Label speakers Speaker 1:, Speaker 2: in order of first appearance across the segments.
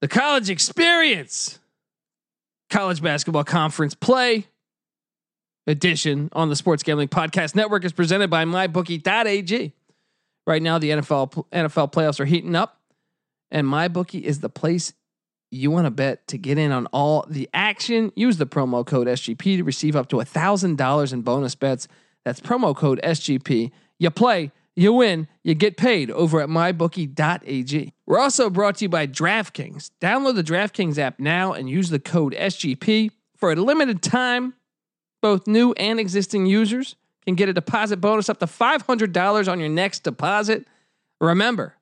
Speaker 1: the college experience, college basketball conference play edition on the Sports Gambling Podcast Network is presented by MyBookie.ag. Right now, the NFL NFL playoffs are heating up, and MyBookie is the place you want to bet to get in on all the action. Use the promo code SGP to receive up to thousand dollars in bonus bets. That's promo code SGP. You play, you win, you get paid over at mybookie.ag. We're also brought to you by DraftKings. Download the DraftKings app now and use the code SGP for a limited time. Both new and existing users can get a deposit bonus up to $500 on your next deposit. Remember,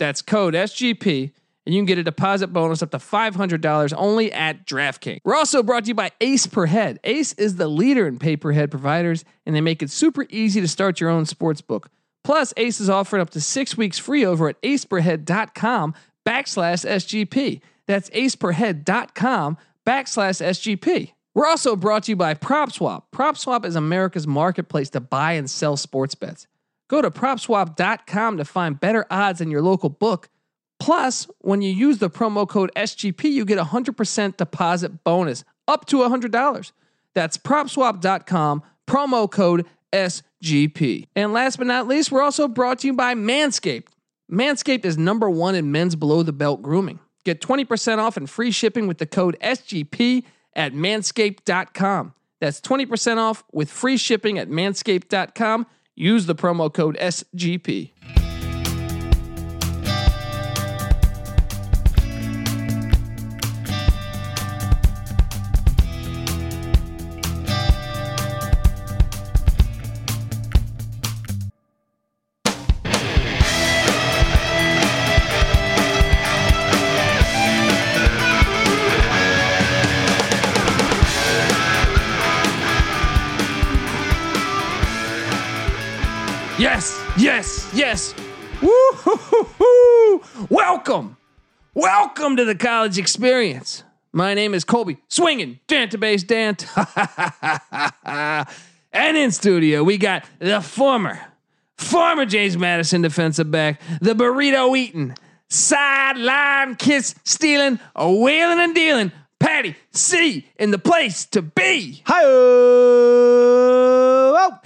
Speaker 1: that's code SGP, and you can get a deposit bonus up to $500 only at DraftKings. We're also brought to you by Ace Per Head. Ace is the leader in pay per head providers, and they make it super easy to start your own sports book. Plus, Ace is offering up to six weeks free over at aceperhead.com backslash SGP. That's aceperhead.com backslash SGP. We're also brought to you by PropSwap. PropSwap is America's marketplace to buy and sell sports bets. Go to propswap.com to find better odds than your local book. Plus, when you use the promo code SGP, you get a 100% deposit bonus up to $100. That's propswap.com, promo code SGP. And last but not least, we're also brought to you by Manscaped. Manscaped is number one in men's below the belt grooming. Get 20% off and free shipping with the code SGP at manscaped.com. That's 20% off with free shipping at manscaped.com. Use the promo code SGP. Yes, yes, yes. Woo-hoo-hoo-hoo. Welcome. Welcome to the college experience. My name is Colby Swinging Dantabase Dant. and in studio, we got the former, former James Madison defensive back, the burrito eating, sideline kiss stealing, a wheeling and dealing, Patty C in the place to be.
Speaker 2: Hi, oh,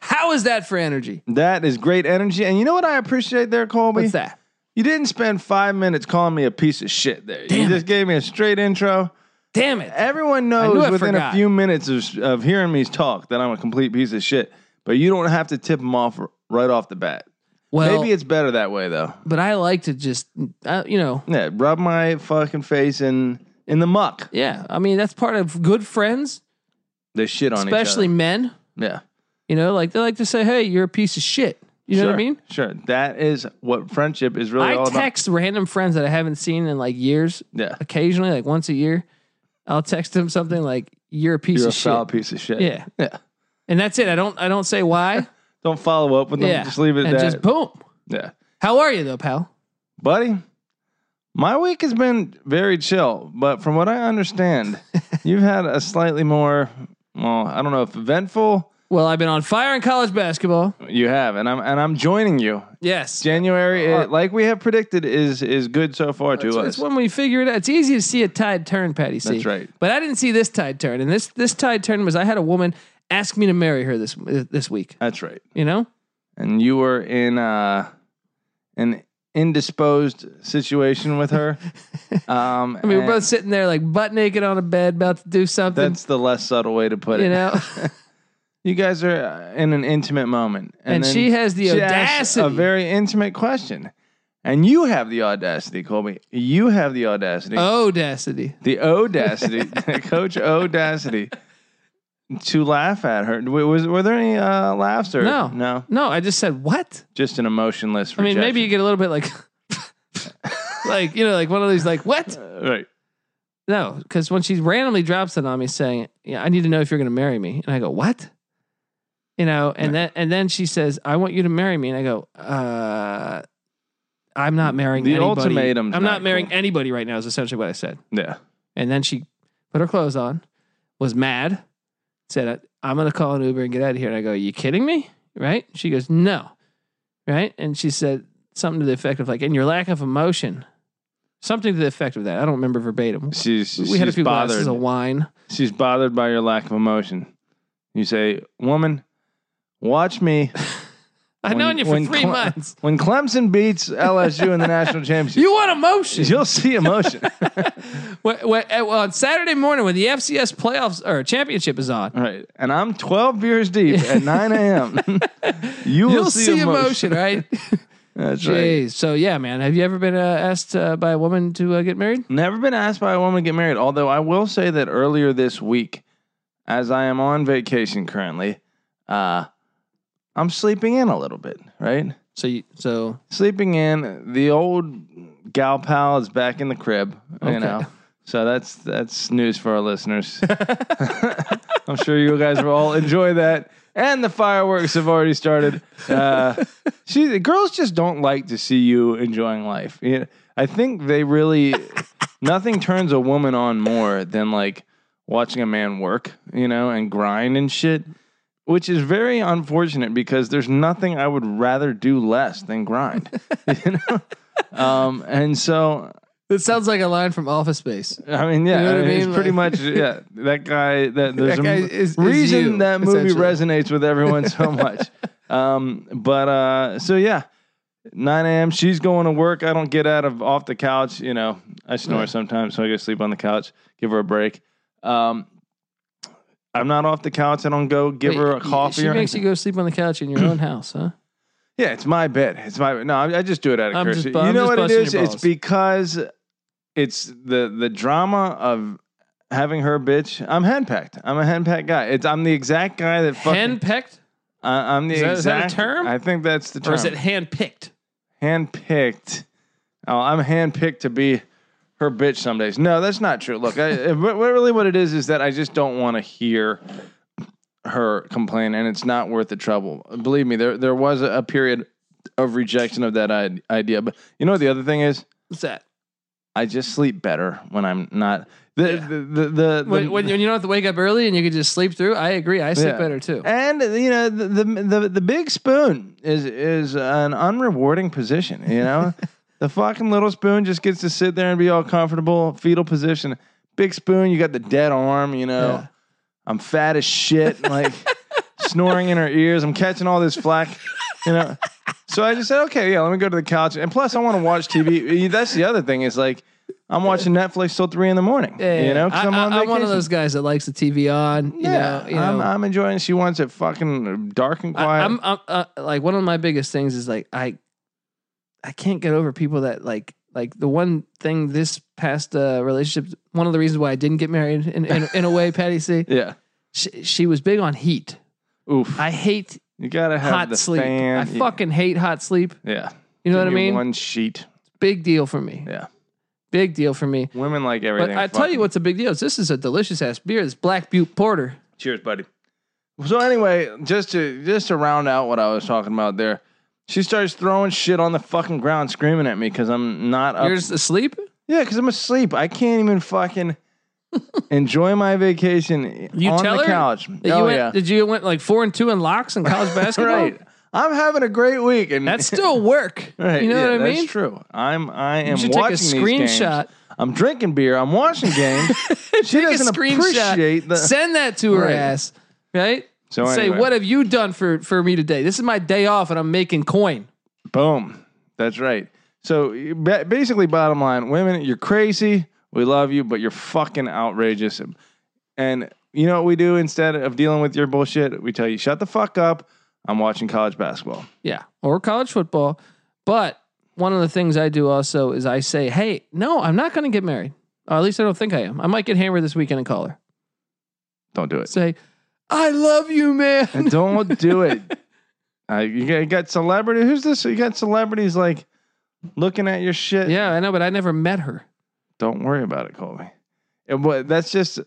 Speaker 1: How is that for energy?
Speaker 2: that is great energy. And you know what I appreciate there, Colby?
Speaker 1: What's that?
Speaker 2: You didn't spend five minutes calling me a piece of shit there.
Speaker 1: Damn
Speaker 2: you just gave me a straight intro.
Speaker 1: Damn it.
Speaker 2: Everyone
Speaker 1: knew I
Speaker 2: knows within
Speaker 1: forgot.
Speaker 2: a few minutes of, of hearing me talk that I'm a complete piece of shit, but you don't have to tip them off r- right off the bat.
Speaker 1: Well,
Speaker 2: Maybe it's better that way, though.
Speaker 1: but I like to just, uh, you know,
Speaker 2: Yeah, rub my fucking face in in the muck.
Speaker 1: yeah. I mean, that's part of good friends,
Speaker 2: They shit on
Speaker 1: especially
Speaker 2: each
Speaker 1: men.
Speaker 2: other. Yeah.
Speaker 1: You know, like they like to say, "Hey, you're a piece of shit." You know
Speaker 2: sure,
Speaker 1: what I mean?
Speaker 2: Sure. That is what friendship is really all
Speaker 1: I
Speaker 2: about.
Speaker 1: text random friends that I haven't seen in like years,
Speaker 2: Yeah.
Speaker 1: occasionally, like once a year. I'll text them something like, "You're a piece
Speaker 2: You're a
Speaker 1: of shit,"
Speaker 2: foul piece of shit.
Speaker 1: Yeah.
Speaker 2: Yeah.
Speaker 1: and that's it. I don't, I don't say why.
Speaker 2: Don't follow up with them.
Speaker 1: yeah,
Speaker 2: Just leave it
Speaker 1: and
Speaker 2: at that.
Speaker 1: just boom.
Speaker 2: yeah.
Speaker 1: How are you though, pal?
Speaker 2: Buddy, my week has been very chill, but from what I understand, you've had a slightly more, well, I don't know if eventful
Speaker 1: Well, I've been on fire in college basketball.
Speaker 2: you have, and I'm and I'm joining you.
Speaker 1: Yes,
Speaker 2: January, it, like we have predicted, is is good so far to
Speaker 1: Uh, It's-
Speaker 2: us.
Speaker 1: It's when we figure it out. It's easy to see a tide turn, Patty. C.
Speaker 2: That's right.
Speaker 1: But I didn't see this tide turn, and this this tide turn was I had a woman ask me to marry her this this week.
Speaker 2: That's right.
Speaker 1: You know,
Speaker 2: And you were in uh, an indisposed situation with her. Um,
Speaker 1: I mean, we're both sitting there like butt naked on a bed, about to do something.
Speaker 2: That's the less subtle way to put it.
Speaker 1: You know,
Speaker 2: You guys are uh, in an intimate moment,
Speaker 1: And
Speaker 2: then
Speaker 1: she has the
Speaker 2: asks
Speaker 1: audacity.
Speaker 2: A very intimate question, and you have the audacity, Colby. You have the audacity,
Speaker 1: Oh. audacity.
Speaker 2: the audacity, Coach Audacity, to laugh at her. W- Was were there any uh, laughs or
Speaker 1: No.
Speaker 2: No,
Speaker 1: No, I just said what?
Speaker 2: just an emotionless.
Speaker 1: I mean,
Speaker 2: rejection.
Speaker 1: maybe you get a little bit like, like you know, like one of these like what?
Speaker 2: Uh, right.
Speaker 1: No, because when she randomly drops it on me, saying, "Yeah, I need to know if you're going to marry me," and I go, "What?" You know, and then and then she says, "I want you to marry me," and I go, "Uh, I'm not marrying
Speaker 2: The
Speaker 1: anybody.
Speaker 2: ultimatum's
Speaker 1: I'm not,
Speaker 2: not
Speaker 1: marrying
Speaker 2: cool.
Speaker 1: anybody right now." Is essentially what I said.
Speaker 2: Yeah.
Speaker 1: And then she put her clothes on, was mad, said, I'm going to call an Uber and get out of here. And I go, Are you kidding me? Right? She goes, No. Right? And she said something to the effect of, like, and your lack of emotion Something to the effect of that. I don't remember verbatim.
Speaker 2: She's
Speaker 1: We
Speaker 2: she's
Speaker 1: had a few
Speaker 2: bothered.
Speaker 1: glasses of wine.
Speaker 2: She's bothered by your lack of emotion. You say, "Woman, watch me."
Speaker 1: I've
Speaker 2: when-
Speaker 1: known you for
Speaker 2: when
Speaker 1: three
Speaker 2: Cle-
Speaker 1: months.
Speaker 2: When Clemson beats LSU in the national championship,
Speaker 1: You want emotion?
Speaker 2: you'll see emotion.
Speaker 1: Wh- wh- uh, well, on Saturday morning when the FCS playoffs or championship is on,
Speaker 2: All right, and I'm 12 beers deep at 9 a.m. you will
Speaker 1: you'll see, emotion, right?
Speaker 2: That's right.
Speaker 1: Jeez. So yeah, man. Have you ever been uh, asked uh, by a woman to uh, get married?
Speaker 2: Never been asked by a woman to get married. Although I will say that earlier this week, as I am on vacation currently, uh, I'm sleeping in a little bit. Right,
Speaker 1: So you, so
Speaker 2: sleeping in. The old gal pal is back in the crib.
Speaker 1: Okay.
Speaker 2: You know, so that's that's news for our listeners. I'm sure you guys will all enjoy that. And the fireworks have already started. Uh, she, the girls just don't like to see you enjoying life. You know, I think they really, nothing turns a woman on more than like watching a man work, you know, and grind and shit, which is very unfortunate because there's nothing I would rather do less than grind, you know? Um, and so
Speaker 1: it sounds like a line from Office Space.
Speaker 2: I mean, yeah,
Speaker 1: You know what I
Speaker 2: I mean, it's
Speaker 1: mean?
Speaker 2: pretty
Speaker 1: Like-
Speaker 2: much yeah. That guy, that there's
Speaker 1: That guy
Speaker 2: a
Speaker 1: is- is
Speaker 2: reason
Speaker 1: you,
Speaker 2: that movie
Speaker 1: essentially.
Speaker 2: resonates with everyone so much. um, but uh, so yeah, 9 a.m. She's going to work. I don't get out of off the couch. You know, I snore
Speaker 1: Right.
Speaker 2: sometimes, so I go sleep on the couch. Give her a break. Um, I'm not off the couch. I don't go give
Speaker 1: Wait,
Speaker 2: her a
Speaker 1: y-
Speaker 2: coffee.
Speaker 1: She
Speaker 2: or
Speaker 1: makes
Speaker 2: anything.
Speaker 1: you go sleep on the couch in your own house, huh?
Speaker 2: Yeah, it's my bed. It's my no. I, I just do it out of
Speaker 1: I'm
Speaker 2: courtesy.
Speaker 1: just bu-
Speaker 2: you
Speaker 1: I'm
Speaker 2: know
Speaker 1: just
Speaker 2: what it
Speaker 1: busting
Speaker 2: is?
Speaker 1: your
Speaker 2: It's
Speaker 1: balls.
Speaker 2: because it's the the drama of having her bitch. I'm henpecked. I'm a henpecked guy. It's I'm the exact guy that fucking.
Speaker 1: Hand pecked,
Speaker 2: I, am the
Speaker 1: Is that-
Speaker 2: exact
Speaker 1: is that a term?
Speaker 2: I think that's the term.
Speaker 1: or is it hand picked?
Speaker 2: handpicked? Oh, I'm handpicked to be her bitch some days. No, that's not true. Look, I, it- what what really what it is is that I just don't want to hear her complain, and it's not worth the trouble. Believe me, there there was a, a period of rejection of that I- idea. But you know what the other thing is?
Speaker 1: What's that?
Speaker 2: I just sleep better when I'm not the
Speaker 1: Yeah.
Speaker 2: the the, the,
Speaker 1: When, when you you don't have to wake up early and you can just sleep through, I agree. I sleep
Speaker 2: Yeah.
Speaker 1: better too.
Speaker 2: and you know the, the the the big spoon is is an unrewarding position. You know, the fucking little spoon just gets to sit there and be all comfortable, fetal position. Big spoon, you got the dead arm. You know,
Speaker 1: Yeah.
Speaker 2: I'm fat as shit, like snoring in her ears. I'm catching all this flack. You know, so I just said, okay, yeah, let me go to the couch. And plus, I want to watch TV. That's the other thing is like. I'm watching Netflix till three in the morning. you know, 'cause
Speaker 1: I,
Speaker 2: I'm
Speaker 1: am
Speaker 2: on
Speaker 1: one of
Speaker 2: vacation.
Speaker 1: those guys that likes the TV on. You
Speaker 2: Yeah,
Speaker 1: know, you
Speaker 2: I'm,
Speaker 1: know.
Speaker 2: I'm enjoying. She wants it fucking dark and
Speaker 1: I,
Speaker 2: quiet.
Speaker 1: am I'm uh, like one of my biggest things is like I, I can't get over people that like like the one thing this past uh, relationship. One of the reasons why I didn't get married in in, in a way, Patty C.
Speaker 2: yeah.
Speaker 1: She, she was big on heat.
Speaker 2: Oof.
Speaker 1: I hate
Speaker 2: you gotta have
Speaker 1: hot
Speaker 2: the
Speaker 1: sleep.
Speaker 2: fan.
Speaker 1: I fucking hate hot sleep.
Speaker 2: yeah.
Speaker 1: You know what
Speaker 2: Give
Speaker 1: I
Speaker 2: me
Speaker 1: mean?
Speaker 2: One sheet.
Speaker 1: Big deal for me.
Speaker 2: Yeah.
Speaker 1: Big deal for me.
Speaker 2: Women like
Speaker 1: But
Speaker 2: everything.
Speaker 1: I tell you
Speaker 2: fucking-
Speaker 1: what's a big deal. is This is a delicious ass beer. This Black Butte Porter.
Speaker 2: Cheers, buddy. So anyway, just to just to round out what I was talking about there, she starts throwing shit on the fucking ground, screaming at me because I'm not up.
Speaker 1: You're just asleep.
Speaker 2: yeah, because I'm asleep. I can't even fucking enjoy my vacation
Speaker 1: You
Speaker 2: on
Speaker 1: tell
Speaker 2: the
Speaker 1: her
Speaker 2: couch.
Speaker 1: That
Speaker 2: oh
Speaker 1: you went,
Speaker 2: yeah,
Speaker 1: Did you went like four and two in locks in college basketball?
Speaker 2: right. I'm having a great week, and
Speaker 1: That's still work.
Speaker 2: Right.
Speaker 1: You know
Speaker 2: yeah,
Speaker 1: what I mean?
Speaker 2: That's true. I'm I am
Speaker 1: should take a
Speaker 2: watching these
Speaker 1: screenshot.
Speaker 2: games. I'm drinking beer. I'm watching games. she
Speaker 1: Take a
Speaker 2: doesn't
Speaker 1: screenshot.
Speaker 2: appreciate the.
Speaker 1: Send that to her
Speaker 2: Right.
Speaker 1: ass. Right?
Speaker 2: so
Speaker 1: Say,
Speaker 2: anyway,
Speaker 1: what have you done for, for me today? This is my day off and I'm making coin.
Speaker 2: boom. That's right. So you- ba- basically, bottom line, women, you're crazy. We love you, but you're fucking outrageous. And you know what we do instead of dealing with your bullshit? We tell you, shut the fuck up. I'm watching college basketball.
Speaker 1: Yeah. Or college football. But one of the things I do also is I say, hey, no, I'm not going to get married. Or at least I don't think I am. I might get hammered this weekend and call her.
Speaker 2: Don't do it.
Speaker 1: Say, I love you, man.
Speaker 2: And don't do it. Uh, you got, you got celebrity. Who's this? You got celebrities like looking at your shit.
Speaker 1: yeah, I know, but I never met her.
Speaker 2: Don't worry about it, Colby. And what that's just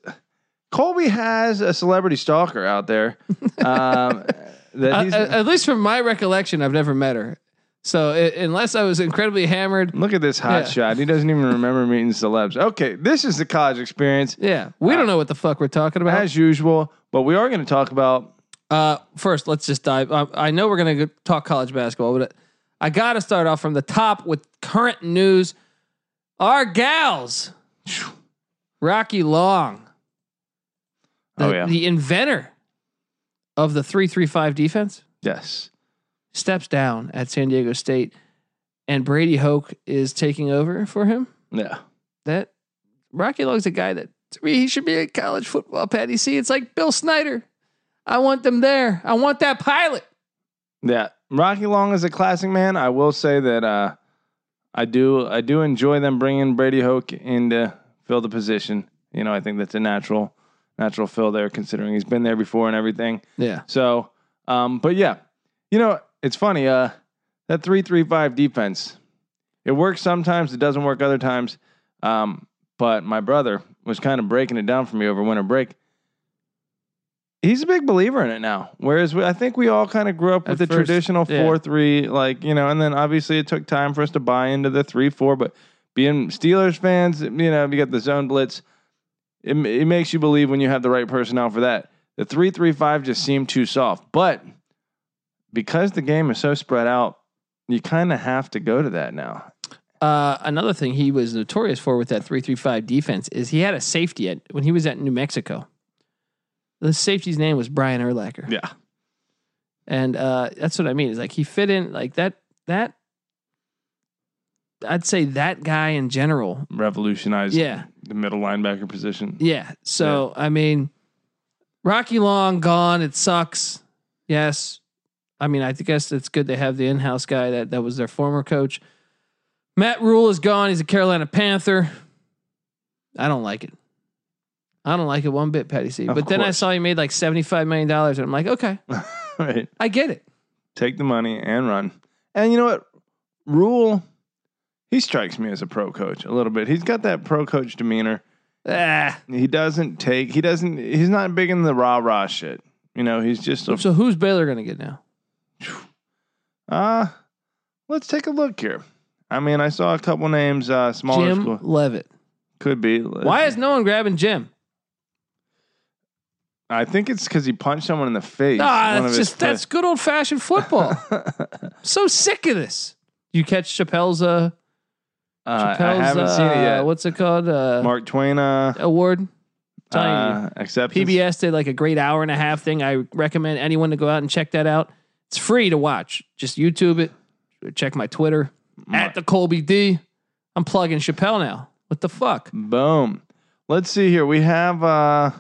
Speaker 2: Colby has a celebrity stalker out there. Um, that
Speaker 1: Uh,
Speaker 2: he's,
Speaker 1: at, at least from my recollection, I've never met her. So i unless I was incredibly hammered,
Speaker 2: look at this hot
Speaker 1: Yeah.
Speaker 2: shot. He doesn't even remember meeting celebs. Okay, this is the college experience
Speaker 1: yeah, we
Speaker 2: Uh,
Speaker 1: don't know what the fuck we're talking about.
Speaker 2: as usual, but we are going to talk about
Speaker 1: Uh, first, let's just dive. I, I know we're going to talk college basketball, but I got to start off from the top with current news. Our gals, Rocky Long, the,
Speaker 2: Oh, yeah.
Speaker 1: the inventor of the 335 defense,
Speaker 2: Yes.
Speaker 1: steps down at San Diego State, and Brady Hoke is taking over for him.
Speaker 2: Yeah.
Speaker 1: That Rocky Long's a guy that to me he should be at college football, Patty C. It's like Bill Snyder. I want them there. I want that pilot.
Speaker 2: Yeah. Rocky Long is a classic man. I will say that uh, I do I do enjoy them bringing Brady Hoke in to fill the position. You know, I think that's a natural natural fill there considering he's been there before and everything.
Speaker 1: Yeah.
Speaker 2: So, um, but yeah, you know, it's funny. Uh, that three three five defense, it works sometimes. It doesn't work other times. Um, but my brother was kind of breaking it down for me over winter break. He's a big believer in it now. Whereas we, I think we all kind of grew up
Speaker 1: At
Speaker 2: with the
Speaker 1: first,
Speaker 2: traditional
Speaker 1: yeah.
Speaker 2: four three, like you know, and then obviously it took time for us to buy into the three four. But being Steelers fans, you know, you got the zone blitz. It, it makes you believe when you have the right personnel for that. The three three five just seemed too soft, but because the game is so spread out, you kind of have to go to that now.
Speaker 1: Uh, another thing he was notorious for with that 335 defense is he had a safety at when he was at New Mexico. The safety's name was Brian Erlacher.
Speaker 2: Yeah,
Speaker 1: And uh, that's what I mean. Is like he fit in like that that I'd say that guy in general.
Speaker 2: revolutionized
Speaker 1: Yeah.
Speaker 2: the middle linebacker position.
Speaker 1: Yeah. So I mean Rocky Long gone, it sucks. Yes. I mean, I guess it's good they have the in-house guy that that was their former coach. Matt Rule is gone. He's a Carolina Panther. I don't like it. I don't like it one bit, Patty C.
Speaker 2: Of
Speaker 1: but then I
Speaker 2: course.
Speaker 1: saw he made like seventy-five million dollars, and I'm like, okay,
Speaker 2: right,
Speaker 1: I get it.
Speaker 2: take the money and run. And you know what, Rule, he strikes me as a pro coach a little bit. He's got that pro coach demeanor.
Speaker 1: Ah.
Speaker 2: He doesn't take. He doesn't. He's not big in the rah rah shit. You know, he's just a
Speaker 1: So who's Baylor going to get now?
Speaker 2: Uh, let's take a look here. I mean, I saw a couple names. Uh, smaller
Speaker 1: Jim
Speaker 2: school
Speaker 1: Levitt.
Speaker 2: could be.
Speaker 1: Why is no one grabbing Jim?
Speaker 2: I think it's because he punched someone in the face.
Speaker 1: Ah,
Speaker 2: One of
Speaker 1: that's
Speaker 2: his
Speaker 1: just
Speaker 2: play-
Speaker 1: that's good old fashioned football. so sick of this. You catch Chappelle's uh
Speaker 2: Uh,
Speaker 1: Chappelle's
Speaker 2: I haven't
Speaker 1: uh,
Speaker 2: seen it yet.
Speaker 1: what's it called? Uh
Speaker 2: Mark Twain. Uh,
Speaker 1: award. Telling you.
Speaker 2: uh, acceptance.
Speaker 1: PBS did like a great hour and a half thing. I recommend anyone to go out and check that out. It's free to watch. Just YouTube it. Check my Twitter at the Colby D. I'm plugging Chappelle now. What the fuck?
Speaker 2: Boom. Let's see here. We have. Uh,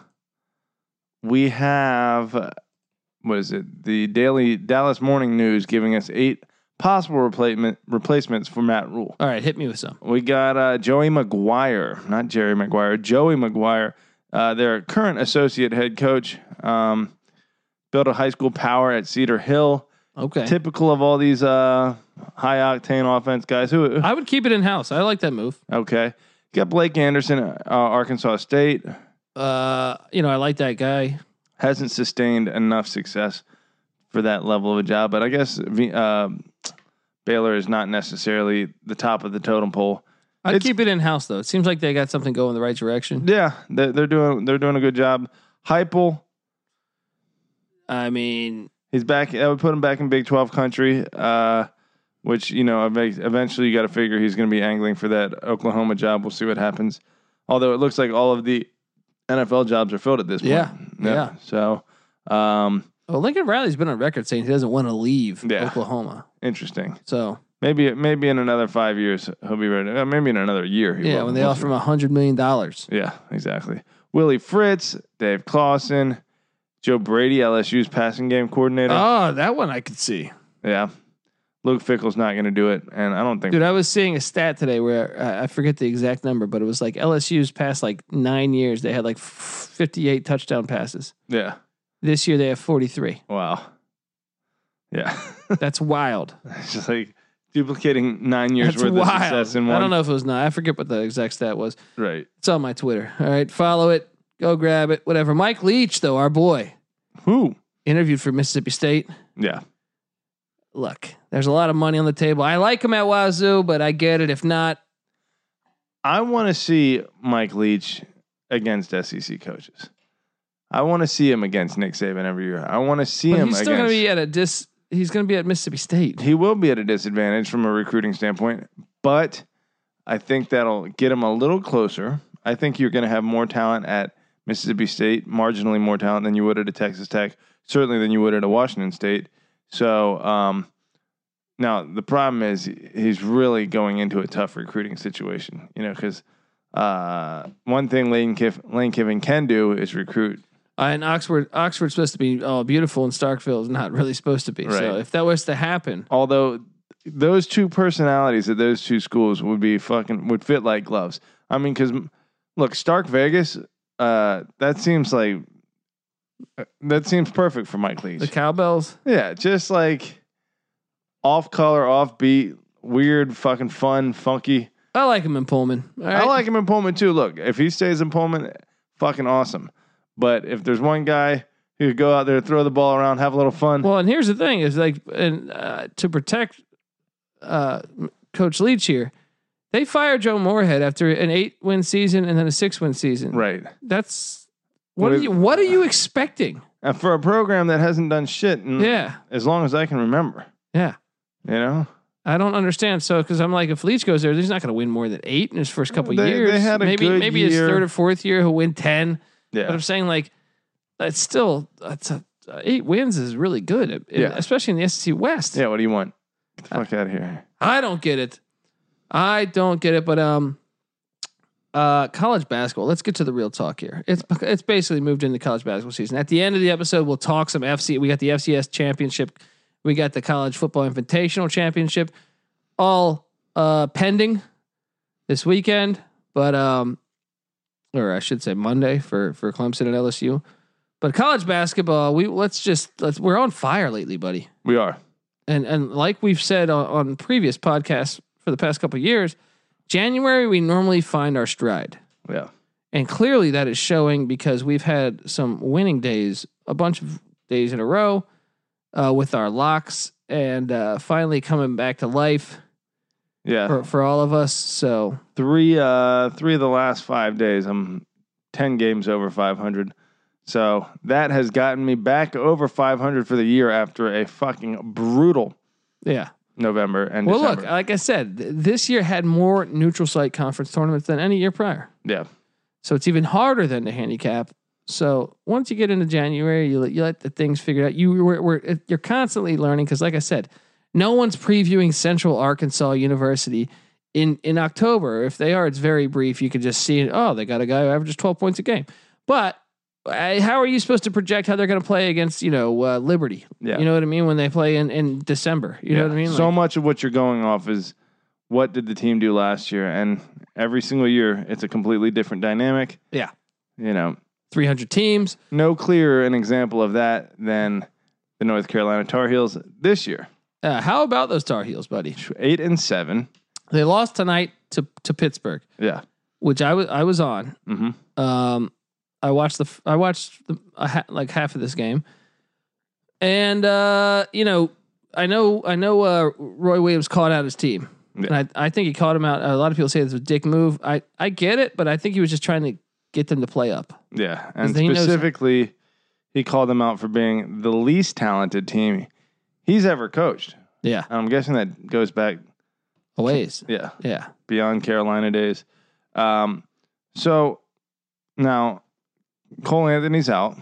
Speaker 2: we have. uh, What is it? The Daily Dallas Morning News giving us eight possible replacement replacements for Matt Rule.
Speaker 1: All right, hit me with some.
Speaker 2: We got uh, Joey McGuire, not Jerry Maguire, Joey McGuire, uh, their current associate head coach. Um, built a high school power at Cedar Hill.
Speaker 1: Okay.
Speaker 2: Typical of all these uh, high octane offense guys. Who?
Speaker 1: I would keep it in house. I like that move.
Speaker 2: Okay. Got Blake Anderson, uh, Arkansas State.
Speaker 1: Uh, you know, I like that guy.
Speaker 2: Hasn't sustained enough success for that level of a job, but I guess V- uh, Baylor is not necessarily the top of the totem pole.
Speaker 1: I'd
Speaker 2: It's-
Speaker 1: keep it in house though. It seems like they got something going in the right direction.
Speaker 2: Yeah, they're, they're doing they're doing a good job. Hypel,
Speaker 1: I mean,
Speaker 2: He's back. That would put him back in Big Twelve country, uh, which you know ev- eventually you got to figure he's going to be angling for that Oklahoma job. We'll see what happens. Although it looks like all of the NFL jobs are filled at this point.
Speaker 1: Yeah. Yeah.
Speaker 2: So um,
Speaker 1: well, Oh, Lincoln Riley's been on record saying he doesn't want to leave
Speaker 2: Yeah.
Speaker 1: Oklahoma.
Speaker 2: interesting.
Speaker 1: So
Speaker 2: Maybe maybe in another five years he'll be ready. Uh, maybe in another year. He
Speaker 1: yeah,
Speaker 2: will.
Speaker 1: when they offer him a hundred million dollars,
Speaker 2: Yeah, exactly. Willie Fritz, Dave Clawson, Joe Brady, LSU's passing game coordinator.
Speaker 1: oh, that one I could see,
Speaker 2: Yeah. Luke Fickle's not going to do it, and I don't think
Speaker 1: dude. I was seeing a stat today where I, I forget the exact number, but it was like LSU's past like nine years they had like fifty-eight touchdown passes.
Speaker 2: Yeah.
Speaker 1: This year they have forty-three.
Speaker 2: Wow. Yeah.
Speaker 1: That's wild.
Speaker 2: it's just like duplicating nine years
Speaker 1: That's
Speaker 2: worth
Speaker 1: wild.
Speaker 2: of success in one.
Speaker 1: I don't know if it was nine. I forget what the exact stat was.
Speaker 2: Right.
Speaker 1: It's on my Twitter. All right, follow it. Go grab it. Whatever. Mike Leach, though, our boy,
Speaker 2: Who?
Speaker 1: interviewed for Mississippi State.
Speaker 2: Yeah.
Speaker 1: Look, there's a lot of money on the table. I like him at Wazoo, but I get it. If not,
Speaker 2: I want to see Mike Leach against SEC coaches. I want to see him against Nick Saban every year. I want to see
Speaker 1: but
Speaker 2: him
Speaker 1: he's still
Speaker 2: against.
Speaker 1: going to be at a dis. He's going to be at Mississippi State.
Speaker 2: he will be at a disadvantage from a recruiting standpoint, but I think that'll get them a little closer. I think you're going to have more talent at Mississippi State, marginally more talent than you would at a Texas Tech, certainly than you would at a Washington State. So um, now the problem is he's really going into a tough recruiting situation, you know, because uh, one thing Lane, Kiff- Lane Kiffin can do is recruit.
Speaker 1: Uh, and Oxford, Oxford's supposed to be all beautiful, and Starkville is not really supposed to be. So
Speaker 2: Right.
Speaker 1: if that was to happen,
Speaker 2: Although those two personalities at those two schools would be fucking would fit like gloves. I mean, because look, Stark Vegas, uh, that seems like uh, that seems perfect for Mike Leach.
Speaker 1: the cowbells.
Speaker 2: Yeah, just like off color, off beat, weird, fucking fun, funky.
Speaker 1: I like him in Pullman. All right?
Speaker 2: I like him in Pullman too. Look, if he stays in Pullman, fucking awesome. But if there's one guy who could go out there, throw the ball around, have a little fun,
Speaker 1: Well, and here's the thing: is like, and uh, to protect uh, Coach Leach here, they fired Joe Moorhead after an eight-win season and then a six-win season.
Speaker 2: right?
Speaker 1: That's what
Speaker 2: What
Speaker 1: are
Speaker 2: is-
Speaker 1: you? What are you expecting?
Speaker 2: And for a program that hasn't done shit in
Speaker 1: Yeah,
Speaker 2: as long as I can remember,
Speaker 1: yeah.
Speaker 2: you know,
Speaker 1: I don't understand. So, because I'm like, if Leach goes there, he's not going to win more than eight in his first couple
Speaker 2: They- they
Speaker 1: years.
Speaker 2: had a
Speaker 1: maybe
Speaker 2: good
Speaker 1: maybe his
Speaker 2: year.
Speaker 1: third or fourth year he'll win ten. But
Speaker 2: yeah,
Speaker 1: I'm saying like that's still that's a, eight wins is really good, it- it-
Speaker 2: Yeah.
Speaker 1: especially in the SEC West.
Speaker 2: yeah. What do you want? Get
Speaker 1: Uh,
Speaker 2: the fuck out of here.
Speaker 1: I don't get it. I don't get it. But um, uh, college basketball. Let's get to the real talk here. It's it's basically moved into college basketball season. At the end of the episode, we'll talk some FC. We got the FCS championship. We got the college football invitational championship. All uh pending this weekend, but um, or I should say Monday for for Clemson and LSU. But college basketball, we let's just let's we're on fire lately, buddy
Speaker 2: We are
Speaker 1: and and like we've said on, on previous podcasts for the past couple of years, January we normally find our stride,
Speaker 2: yeah,
Speaker 1: and clearly that is showing because we've had some winning days, a bunch of days in a row, uh, with our locks, and uh, finally coming back to life
Speaker 2: yeah.
Speaker 1: for, for all of us. So
Speaker 2: three uh three of the last five days i'm 10 games over 500 so that has gotten me back over 500 for the year after a fucking brutal
Speaker 1: yeah,
Speaker 2: november and
Speaker 1: well
Speaker 2: December.
Speaker 1: look, uh, like I said, th- this year had more neutral site conference tournaments than any year prior.
Speaker 2: yeah
Speaker 1: So it's even harder than the handicap. So once you get into January, you let, you let the things figure out. You we're, we're, you're constantly learning because, like I said, no one's previewing Central Arkansas University in in October. If they are, it's very brief. You can just see, oh, they got a guy who averages 12 points a game. But I, how are you supposed to project how they're going to play against you know uh, Liberty?
Speaker 2: yeah
Speaker 1: You know what I mean when they play in in December. You know
Speaker 2: Yeah.
Speaker 1: what I mean.
Speaker 2: so
Speaker 1: Like,
Speaker 2: much of what you're going off is what did the team do last year and every single year it's a completely different dynamic
Speaker 1: Yeah.
Speaker 2: you know
Speaker 1: 300 teams.
Speaker 2: no clearer an example of that than the north carolina tar heels this year
Speaker 1: Uh, how about those Tar Heels, buddy?
Speaker 2: eight and seven
Speaker 1: They lost tonight to to Pittsburgh.
Speaker 2: yeah
Speaker 1: which I was I was on.
Speaker 2: mm-hmm
Speaker 1: Um, I watched the f- I watched the, a ha- like half of this game, and uh, you know I know I know uh, Roy Williams called out his team,
Speaker 2: Yeah.
Speaker 1: and I I think he called him out. A lot of people say it's a dick move. I I get it, but I think he was just trying to get them to play up.
Speaker 2: Yeah, and
Speaker 1: he knows-
Speaker 2: specifically, he called them out for being the least talented team he's ever coached.
Speaker 1: Yeah,
Speaker 2: And I'm guessing that goes back,
Speaker 1: a ways.
Speaker 2: yeah,
Speaker 1: Yeah,
Speaker 2: beyond Carolina days. Um, so now Cole Anthony's out,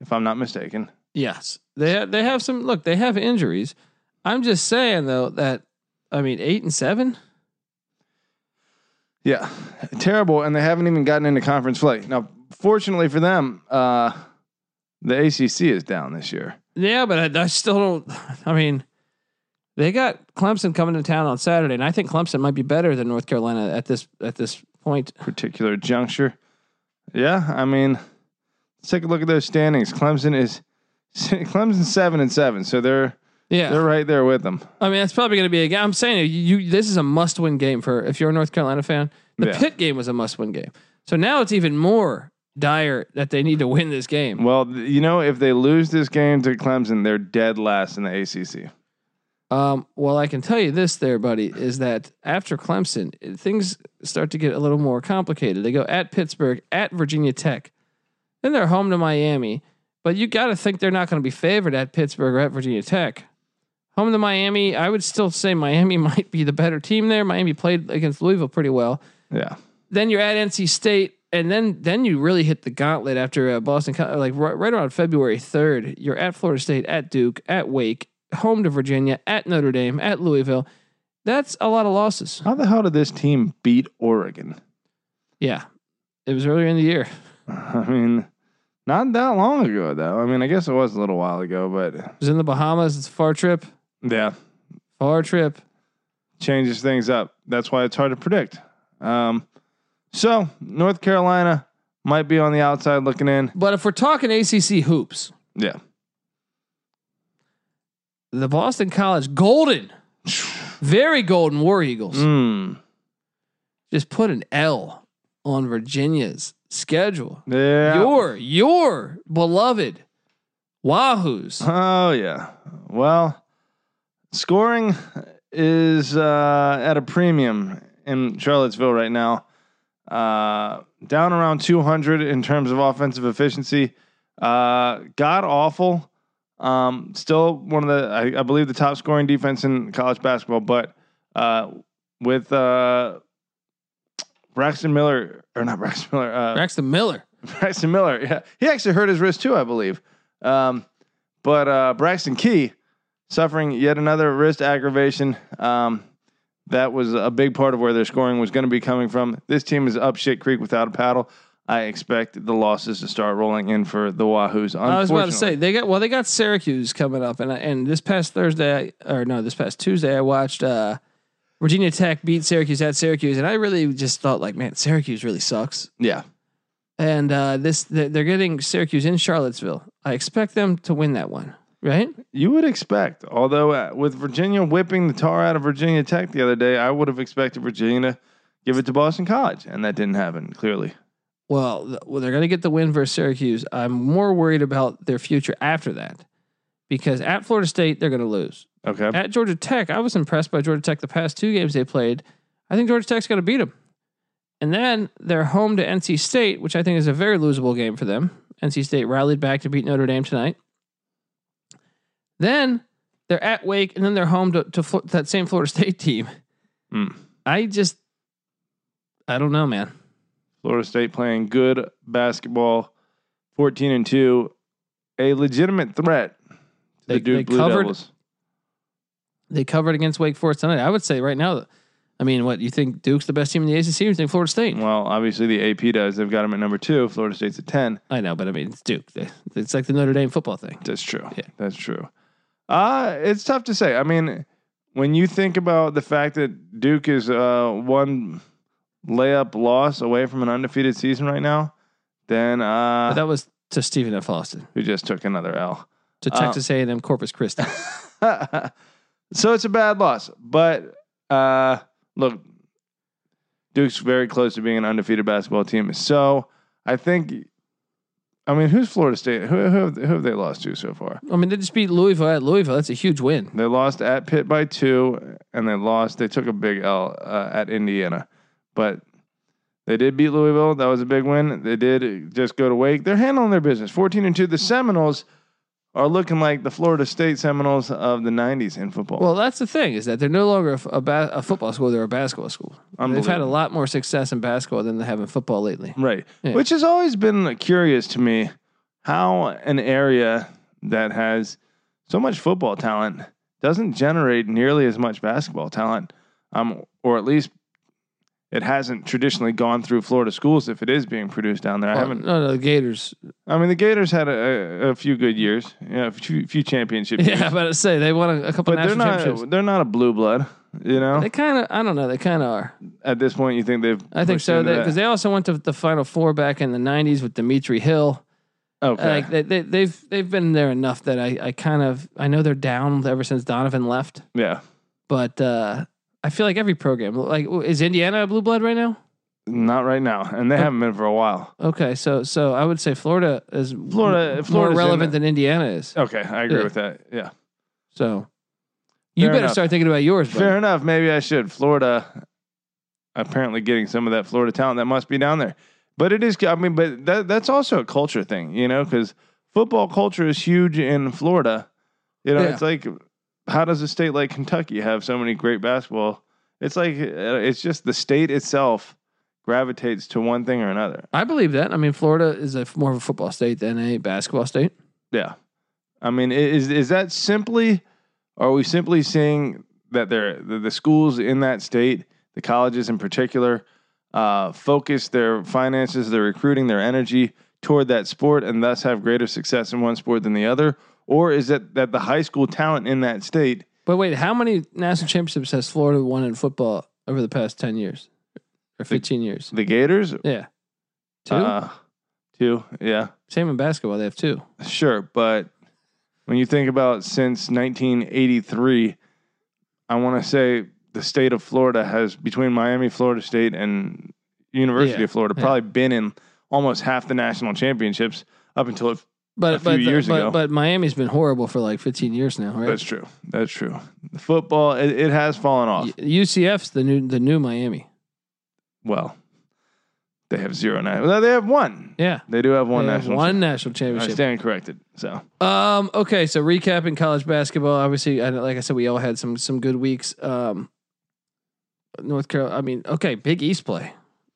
Speaker 2: if I'm not mistaken.
Speaker 1: yes. They ha- they have some look. They have injuries. I'm just saying though that I mean eight and seven.
Speaker 2: Yeah, terrible, and they haven't even gotten into conference play. Now, fortunately for them, uh, the ACC is down this year.
Speaker 1: Yeah, but I, I still don't. I mean, they got Clemson coming to town on Saturday, and I think Clemson might be better than North Carolina at this at this point.
Speaker 2: particular juncture. Yeah, I mean, let's take a look at those standings. Clemson is Clemson seven and seven, so they're
Speaker 1: Yeah,
Speaker 2: they're right there with them.
Speaker 1: I mean, it's probably going to be a game. I'm saying you, you, this is a must win game for if you're a North Carolina fan. The
Speaker 2: Yeah.
Speaker 1: Pitt game was a must win game, so now it's even more dire that they need to win this game.
Speaker 2: Well, th- you know, if they lose this game to Clemson, they're dead last in the ACC.
Speaker 1: Um, well, I can tell you this, there, buddy, is that after Clemson, it- things start to get a little more complicated. They go at Pittsburgh, at Virginia Tech, then they're home to Miami. But you got to think they're not going to be favored at Pittsburgh or at Virginia Tech. Home to Miami. I would still say Miami might be the better team there. Miami played against Louisville pretty well.
Speaker 2: Yeah.
Speaker 1: Then you're at NC State, and then then you really hit the gauntlet after uh, Boston. Co- Like right, right around February third, you're at Florida State, at Duke, at Wake, home to Virginia, at Notre Dame, at Louisville. That's a lot of losses.
Speaker 2: How the hell did this team beat Oregon?
Speaker 1: Yeah, it was earlier in the year.
Speaker 2: I mean, not that long ago though. I mean, I guess it was a little while ago, but
Speaker 1: It was in the Bahamas. It's a far trip.
Speaker 2: yeah,
Speaker 1: Far trip.
Speaker 2: changes things up. That's why it's hard to predict. Um, so North Carolina might be on the outside looking in.
Speaker 1: But if we're talking ACC hoops,
Speaker 2: Yeah.
Speaker 1: the Boston College Golden, very golden War Eagles,
Speaker 2: Mm.
Speaker 1: just put an L on Virginia's schedule.
Speaker 2: Yeah.
Speaker 1: Your your beloved Wahoos.
Speaker 2: Oh yeah. Well, scoring is uh, at a premium in Charlottesville right now. Uh, down around 200 in terms of offensive efficiency. Uh, God awful. Um, still one of the I, I believe the top scoring defense in college basketball, but uh, with uh, Braxton Miller or not Braxton Miller. Uh,
Speaker 1: Braxton Miller.
Speaker 2: Braxton Miller. Yeah, he actually hurt his wrist too, I believe. Um, but uh, Braxton Key suffering yet another wrist aggravation. Um, that was a big part of where their scoring was going to be coming from. This team is up shit creek without a paddle. I expect the losses to start rolling in for the Wahoos.
Speaker 1: I was about to say
Speaker 2: Unfortunately-
Speaker 1: they got well they got Syracuse coming up and I- and this past Thursday or no this past Tuesday I watched uh, Virginia Tech beat Syracuse at Syracuse and I really just thought like man Syracuse really sucks
Speaker 2: yeah,
Speaker 1: and uh, this they- they're getting Syracuse in Charlottesville. I expect them to win that one, right?
Speaker 2: you would expect. Although uh, with Virginia whipping the tar out of Virginia Tech the other day, I would have expected Virginia to give it to Boston College, and that didn't happen. Clearly,
Speaker 1: Well, th- well, they're going to get the win versus Syracuse. I'm more worried about their future after that because at Florida State they're going to lose.
Speaker 2: okay.
Speaker 1: At Georgia Tech, I was impressed by Georgia Tech the past two games they played. I think Georgia Tech's going to beat them. And then they're home to NC State, which I think is a very losable game for them. NC State rallied back to beat Notre Dame tonight. Then they're at Wake, and then they're home to, to Flo- that same Florida State team.
Speaker 2: Mm.
Speaker 1: I just, I don't know, man.
Speaker 2: Florida State playing good basketball, fourteen and two, a legitimate threat to
Speaker 1: They-
Speaker 2: the Duke
Speaker 1: they
Speaker 2: Blue
Speaker 1: covered-
Speaker 2: Devils.
Speaker 1: They covered against Wake Forest tonight. I would say right now, I mean, what you think Duke's the best team in the ACC? Or you think Florida State?
Speaker 2: Well, obviously the AP does. They've got them at number two. Florida State's at ten.
Speaker 1: I know, but I mean, it's Duke. They- It's like the Notre Dame football thing.
Speaker 2: That's true.
Speaker 1: Yeah.
Speaker 2: That's true. Uh, it's tough to say. I mean, when you think about the fact that Duke is uh, one layup loss away from an undefeated season right now, then uh,
Speaker 1: But that was to Stephen F. Austin,
Speaker 2: we just took another L.
Speaker 1: to
Speaker 2: Uh,
Speaker 1: Texas A&M Corpus Christi.
Speaker 2: so it's a bad loss. But uh, look, Duke's very close to being an undefeated basketball team. So I think, I mean, who's Florida State? Who, who, have, who have they lost to so far?
Speaker 1: I mean, they just beat Louisville at Louisville. That's a huge win.
Speaker 2: They lost at Pitt by two, and they lost. They took a big L uh, at Indiana, but they did beat Louisville. That was a big win. They did just go to Wake. They're handling their business. Fourteen and two. The Seminoles are looking like the Florida State Seminoles of the '90s in football.
Speaker 1: Well, that's the thing is that they're no longer a, f- a ba- a football school; they're a basketball school. They've had a
Speaker 2: Unbelievable.
Speaker 1: lot more success in basketball than they have in football lately.
Speaker 2: Right.
Speaker 1: Yeah.
Speaker 2: Which has always been curious to me how an area that has so much football talent doesn't generate nearly as much basketball talent. Um, or at least it hasn't traditionally gone through Florida schools if it is being produced down there. I
Speaker 1: Well,
Speaker 2: haven't.
Speaker 1: No, no, the Gators.
Speaker 2: I mean, the Gators had a, a, a few good years, yeah, a few, few championship years.
Speaker 1: Yeah, I about to say they won a, a couple
Speaker 2: But they're
Speaker 1: national championships.
Speaker 2: not. They're not a blue blood, you know.
Speaker 1: They kind of, I don't know, they kind of are.
Speaker 2: At this point, you think they've.
Speaker 1: I think
Speaker 2: pushed
Speaker 1: so
Speaker 2: into that?
Speaker 1: because they also went to the Final Four back in the '90s with Dimitri Hill.
Speaker 2: okay.
Speaker 1: Like they, they, they've they've been there enough that I, I kind of I know they're down ever since Donovan left.
Speaker 2: yeah.
Speaker 1: but uh, I feel like every program, like, is Indiana a blue blood right now?
Speaker 2: Not right now, and they haven't been for a while.
Speaker 1: Okay, so so I would say Florida is
Speaker 2: Florida,
Speaker 1: more
Speaker 2: Florida's in
Speaker 1: relevant
Speaker 2: there.
Speaker 1: than Indiana is.
Speaker 2: Okay, I agree
Speaker 1: Yeah.
Speaker 2: with that. Yeah,
Speaker 1: So you
Speaker 2: Fair
Speaker 1: better
Speaker 2: enough.
Speaker 1: start thinking about yours. buddy.
Speaker 2: fair enough. Maybe I should. Florida, apparently getting some of that Florida talent that must be down there. But it is. I mean, but that that's also a culture thing, you know, because football culture is huge in Florida. You know,
Speaker 1: Yeah.
Speaker 2: it's like how does a state like Kentucky have so many great basketball? It's like uh, it's just the state itself gravitates to one thing or another.
Speaker 1: I believe that. I mean, Florida is a f- more of a football state than a basketball state.
Speaker 2: Yeah, I mean, i- is is that simply? Are we simply seeing that they're, the, the schools in that state, the colleges in particular, uh, focus their finances, their recruiting, their energy toward that sport, and thus have greater success in one sport than the other? Or is it that the high school talent in that state?
Speaker 1: But wait, how many national championships has Florida won in football over the past ten years or fifteen years?
Speaker 2: The Gators
Speaker 1: Yeah, two.
Speaker 2: Uh, two, yeah,
Speaker 1: Same in basketball, they have two.
Speaker 2: sure. But when you think about since 1983, I want to say the state of Florida has, between Miami, Florida State, and University
Speaker 1: Yeah,
Speaker 2: of Florida,
Speaker 1: yeah.
Speaker 2: probably been in almost half the national championships up until it.
Speaker 1: But
Speaker 2: A few
Speaker 1: but, the-
Speaker 2: years
Speaker 1: but,
Speaker 2: ago.
Speaker 1: but Miami's been horrible for like fifteen years now, right?
Speaker 2: That's true. That's true. Football, it, it has fallen off.
Speaker 1: Y- UCF's the new the new Miami.
Speaker 2: Well, they have zero now. Well, they have one.
Speaker 1: Yeah,
Speaker 2: They do have one
Speaker 1: They have
Speaker 2: national.
Speaker 1: one national
Speaker 2: I
Speaker 1: championship.
Speaker 2: stand corrected. So
Speaker 1: Um. Okay. So recapping college basketball. Obviously, I, like I said, we all had some some good weeks. Um. North Carolina. I mean, okay. Big East play.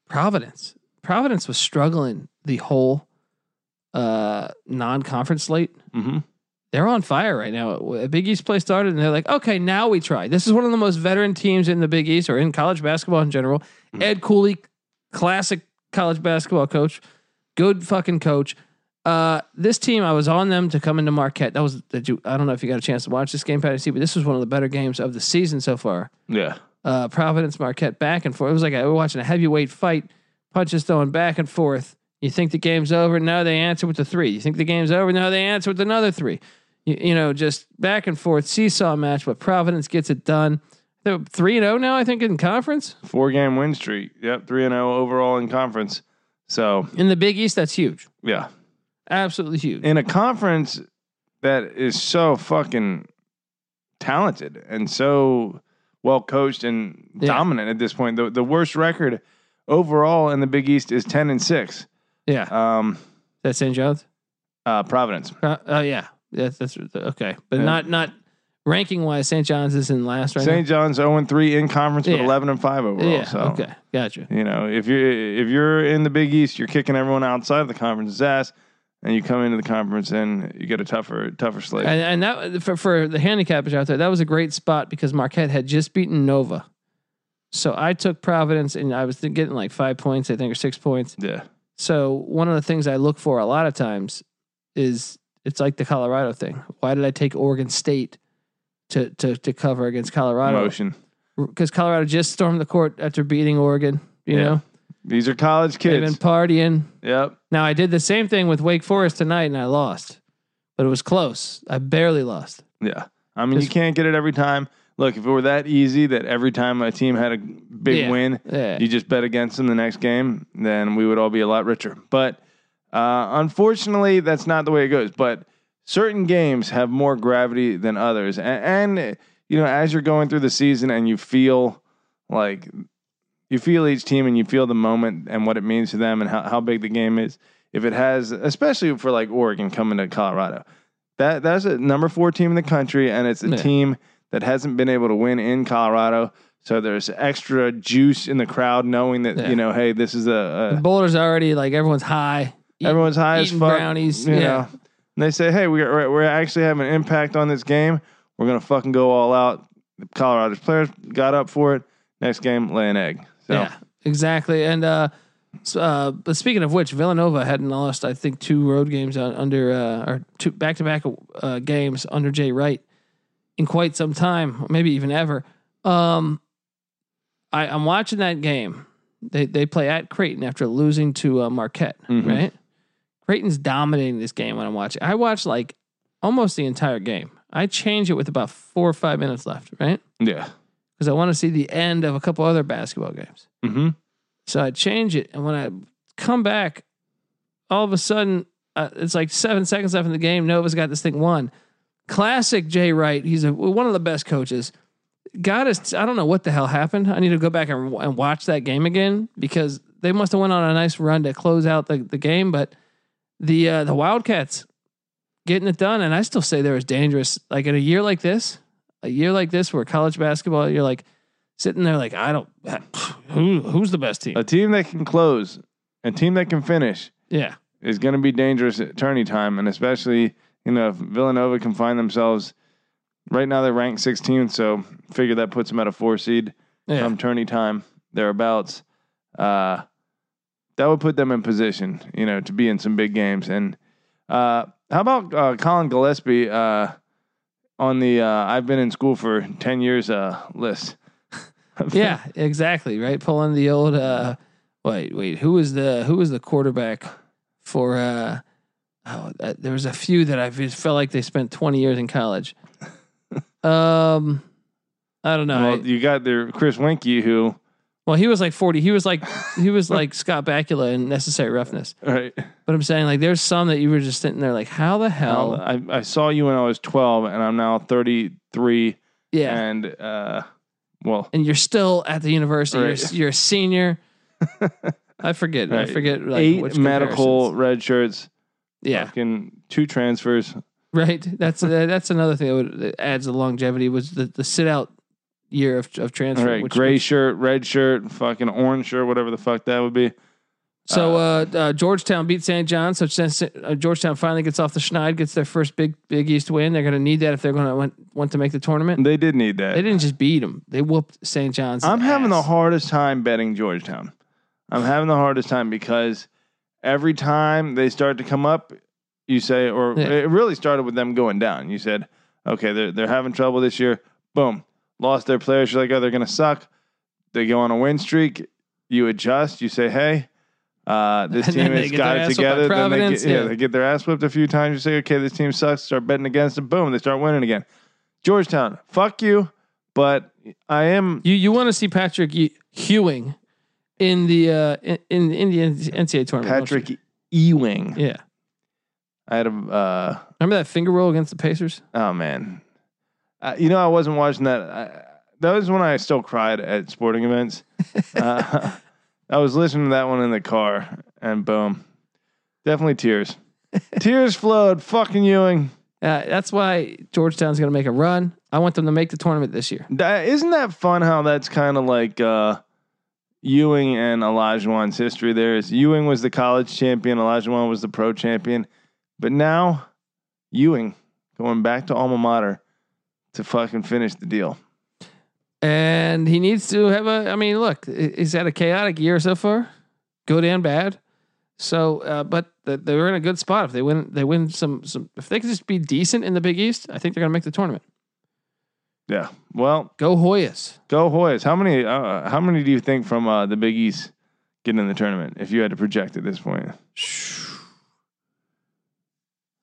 Speaker 1: Providence. Providence was struggling the whole uh non-conference slate.
Speaker 2: mhm.
Speaker 1: They're on fire right now. W- Big East play started, and they're like, okay, now we try. This is one of the most veteran teams in the Big East or in college basketball in general.
Speaker 2: Mm.
Speaker 1: Ed Cooley, classic college basketball coach, good fucking coach. Uh, this team, I was on them to come into Marquette. That was did you? I don't know if you got a chance to watch this game, Patty C, but this was one of the better games of the season so far.
Speaker 2: yeah,
Speaker 1: Uh, Providence Marquette back and forth. It was like a, we were watching a heavyweight fight, punches thrown back and forth. You think the game's over? No, they answer with the three. You think the game's over? No, they answer with another three. You, you know, just back and forth seesaw match, but Providence gets it done. They're three and zero now, I think, in conference.
Speaker 2: four game win streak. Yep, three and zero overall in conference. So
Speaker 1: In the Big East, that's huge.
Speaker 2: yeah,
Speaker 1: Absolutely huge.
Speaker 2: in a conference that is so fucking talented and so well coached and
Speaker 1: Yeah.
Speaker 2: dominant at this point. The the worst record overall in the Big East is ten and six.
Speaker 1: yeah.
Speaker 2: Um,
Speaker 1: That's St. John's?
Speaker 2: uh, Providence.
Speaker 1: Uh, oh, yeah. That's, that's okay. But
Speaker 2: Yeah.
Speaker 1: not, not ranking wise, St. John's is in last right
Speaker 2: St. John's zero and three in conference, but
Speaker 1: Yeah.
Speaker 2: eleven and five
Speaker 1: now?
Speaker 2: overall.
Speaker 1: yeah.
Speaker 2: so
Speaker 1: Okay. Gotcha.
Speaker 2: You know, if you're if you're in the Big East, you're kicking everyone outside of the conference's ass, and you come into the conference and you get a tougher tougher slate.
Speaker 1: And, and that for, for the handicappers out there, that was a great spot because Marquette had just beaten Nova. So I took Providence and I was getting like five points, I think, or six points.
Speaker 2: yeah,
Speaker 1: So one of the things I look for a lot of times is it's like the Colorado thing. Why did I take Oregon State to to to cover against Colorado?
Speaker 2: motion.
Speaker 1: because Colorado just stormed the court after beating Oregon. You
Speaker 2: Yeah.
Speaker 1: know,
Speaker 2: These are college
Speaker 1: they've been
Speaker 2: kids.
Speaker 1: partying.
Speaker 2: Yep.
Speaker 1: Now I did the same thing with Wake Forest tonight, and I lost, but it was close. I barely lost.
Speaker 2: Yeah. I mean, you
Speaker 1: Just-
Speaker 2: can't get it every time. Look, if it were that easy that every time a team had a big
Speaker 1: Yeah.
Speaker 2: win,
Speaker 1: Yeah,
Speaker 2: you just bet against them the next game, then we would all be a lot richer. But uh, unfortunately, that's not the way it goes. But certain games have more gravity than others, and, and you know, as you're going through the season and you feel like you feel each team and you feel the moment and what it means to them and how, how big the game is. If it has, especially for like Oregon coming to Colorado, that that's a number four team in the country, and it's a
Speaker 1: Yeah.
Speaker 2: team that hasn't been able to win in Colorado. So there's extra juice in the crowd, knowing that
Speaker 1: Yeah.
Speaker 2: you know, hey, this is a, a
Speaker 1: Boulder's already like everyone's high. Eat-
Speaker 2: Everyone's high as
Speaker 1: Mm-hmm. eating
Speaker 2: fuck.
Speaker 1: brownies,
Speaker 2: you
Speaker 1: yeah.
Speaker 2: know. And they say, hey, we're we're actually having an impact on this game. We're gonna fucking go all out. The Colorado's players got up for it. Next game, lay an egg. So
Speaker 1: Yeah, exactly. And uh, so, uh, but speaking of which, Villanova hadn't lost, I think, two road games on, under uh, or two back to back games under Jay Wright in quite some time, maybe even ever. Um, I, I'm watching that game. They they play at Creighton after losing to uh, Marquette,
Speaker 2: Mhm.
Speaker 1: right? Creighton's dominating this game when I'm watching. I watched like almost the entire game. I change it with about four or five minutes left, right?
Speaker 2: yeah.
Speaker 1: Because I want to see the end of a couple other basketball games.
Speaker 2: Mm-hmm.
Speaker 1: So I change it, and when I come back, all of a sudden uh, it's like seven seconds left in the game. Nova's got this thing won. Classic Jay Wright. He's a, one of the best coaches. Got us. I don't know what the hell happened. I need to go back and, and watch that game again because they must have went on a nice run to close out the, the game. But the uh, the Wildcats getting it done, and I still say they're as dangerous. Like in a year like this, a year like this where college basketball, you're like sitting there like I don't who who's the best team?
Speaker 2: A team that can close, a team that can finish,
Speaker 1: Yeah,
Speaker 2: is going to be dangerous at tourney time, and especially you know if Villanova can find themselves. Right now they're ranked 16th, so figure that puts them at a four seed
Speaker 1: yeah,
Speaker 2: come tourney time thereabouts. Uh, that would put them in position, you know, to be in some big games. And uh, how about uh, Colin Gillespie uh, on the uh, "I've been in school for ten years" uh, list?
Speaker 1: yeah, exactly. Right, pulling the old. uh Wait, wait. Who was the who was the quarterback for? uh Oh, uh, there was a few that I just felt like they spent twenty years in college. Um, I don't know. I-
Speaker 2: well, you got there Chris Winky, who
Speaker 1: Well, he was like 40. He was like he was like Scott Bakula in Necessary Roughness.
Speaker 2: right?
Speaker 1: But I'm saying like there's some that you were just sitting there like how the hell?
Speaker 2: I, I saw you when I was twelve, and I'm now thirty three,
Speaker 1: yeah.
Speaker 2: and uh, well,
Speaker 1: And you're still at the university. You're
Speaker 2: Right.
Speaker 1: you're a senior. I forget.
Speaker 2: Right.
Speaker 1: I forget like
Speaker 2: eight
Speaker 1: which
Speaker 2: medical
Speaker 1: comparisons.
Speaker 2: red shirts,
Speaker 1: Yeah.
Speaker 2: fucking two transfers.
Speaker 1: Right. That's uh, that's another thing that, would, that adds the longevity was the the sit out year of of
Speaker 2: All
Speaker 1: transfer
Speaker 2: right,
Speaker 1: which-
Speaker 2: gray shirt, red shirt, fucking orange shirt, whatever the fuck that would be.
Speaker 1: So uh, uh, Georgetown beat St. John. So since uh, Georgetown finally gets off the schneid, gets their first big Big East win. They're going to need that if they're going to want, want to make the tournament.
Speaker 2: They did need that.
Speaker 1: They didn't just beat them; they whooped St. John's.
Speaker 2: I'm having the
Speaker 1: ass.
Speaker 2: hardest time betting Georgetown. I'm having the hardest time because every time they start to come up, you say, or
Speaker 1: Yeah.
Speaker 2: it really started with them going down. You said, okay, they're they're having trouble this year. Boom, lost their players. You're like, oh, they're gonna suck. They go on a win streak. You adjust. You say, hey, uh, this
Speaker 1: And
Speaker 2: team
Speaker 1: then they
Speaker 2: has
Speaker 1: get
Speaker 2: got
Speaker 1: their
Speaker 2: it
Speaker 1: ass whipped by
Speaker 2: together. Then they
Speaker 1: Providence,
Speaker 2: get, yeah,
Speaker 1: yeah.
Speaker 2: they get their ass whipped a few times. You say, okay, this team sucks. Start betting against them. Boom, they start winning again. Georgetown, fuck you. But I am
Speaker 1: You you want to see Patrick Ye- Hewing in the uh, in, in in the NCAA tournament? don't
Speaker 2: Patrick Ewing.
Speaker 1: you? Yeah.
Speaker 2: I had a uh,
Speaker 1: Remember that finger roll against the Pacers?
Speaker 2: oh man, uh, you know I wasn't watching that. I, that was when I still cried at sporting events. uh, I was listening to that one in the car, and boom, definitely tears. tears flowed. Fucking Ewing.
Speaker 1: Uh, that's why Georgetown's going to make a run. I want them to make the tournament this year.
Speaker 2: That, isn't that fun? How that's kind of like uh, Ewing and Olajuwon's history. There is Ewing was the college champion. Olajuwon was the pro champion. But now Ewing going back to alma mater to fucking finish the deal.
Speaker 1: and he needs to have a. I mean, look, he- he's had a chaotic year so far, good and bad. So, uh, but th- they're in a good spot if they win. They win some. Some if they can just be decent in the Big East, I think they're going to make the tournament.
Speaker 2: Yeah. Well,
Speaker 1: Go Hoyas.
Speaker 2: go Hoyas. How many? Uh, how many do you think from uh, the Big East getting in the tournament? If you had to project at this point,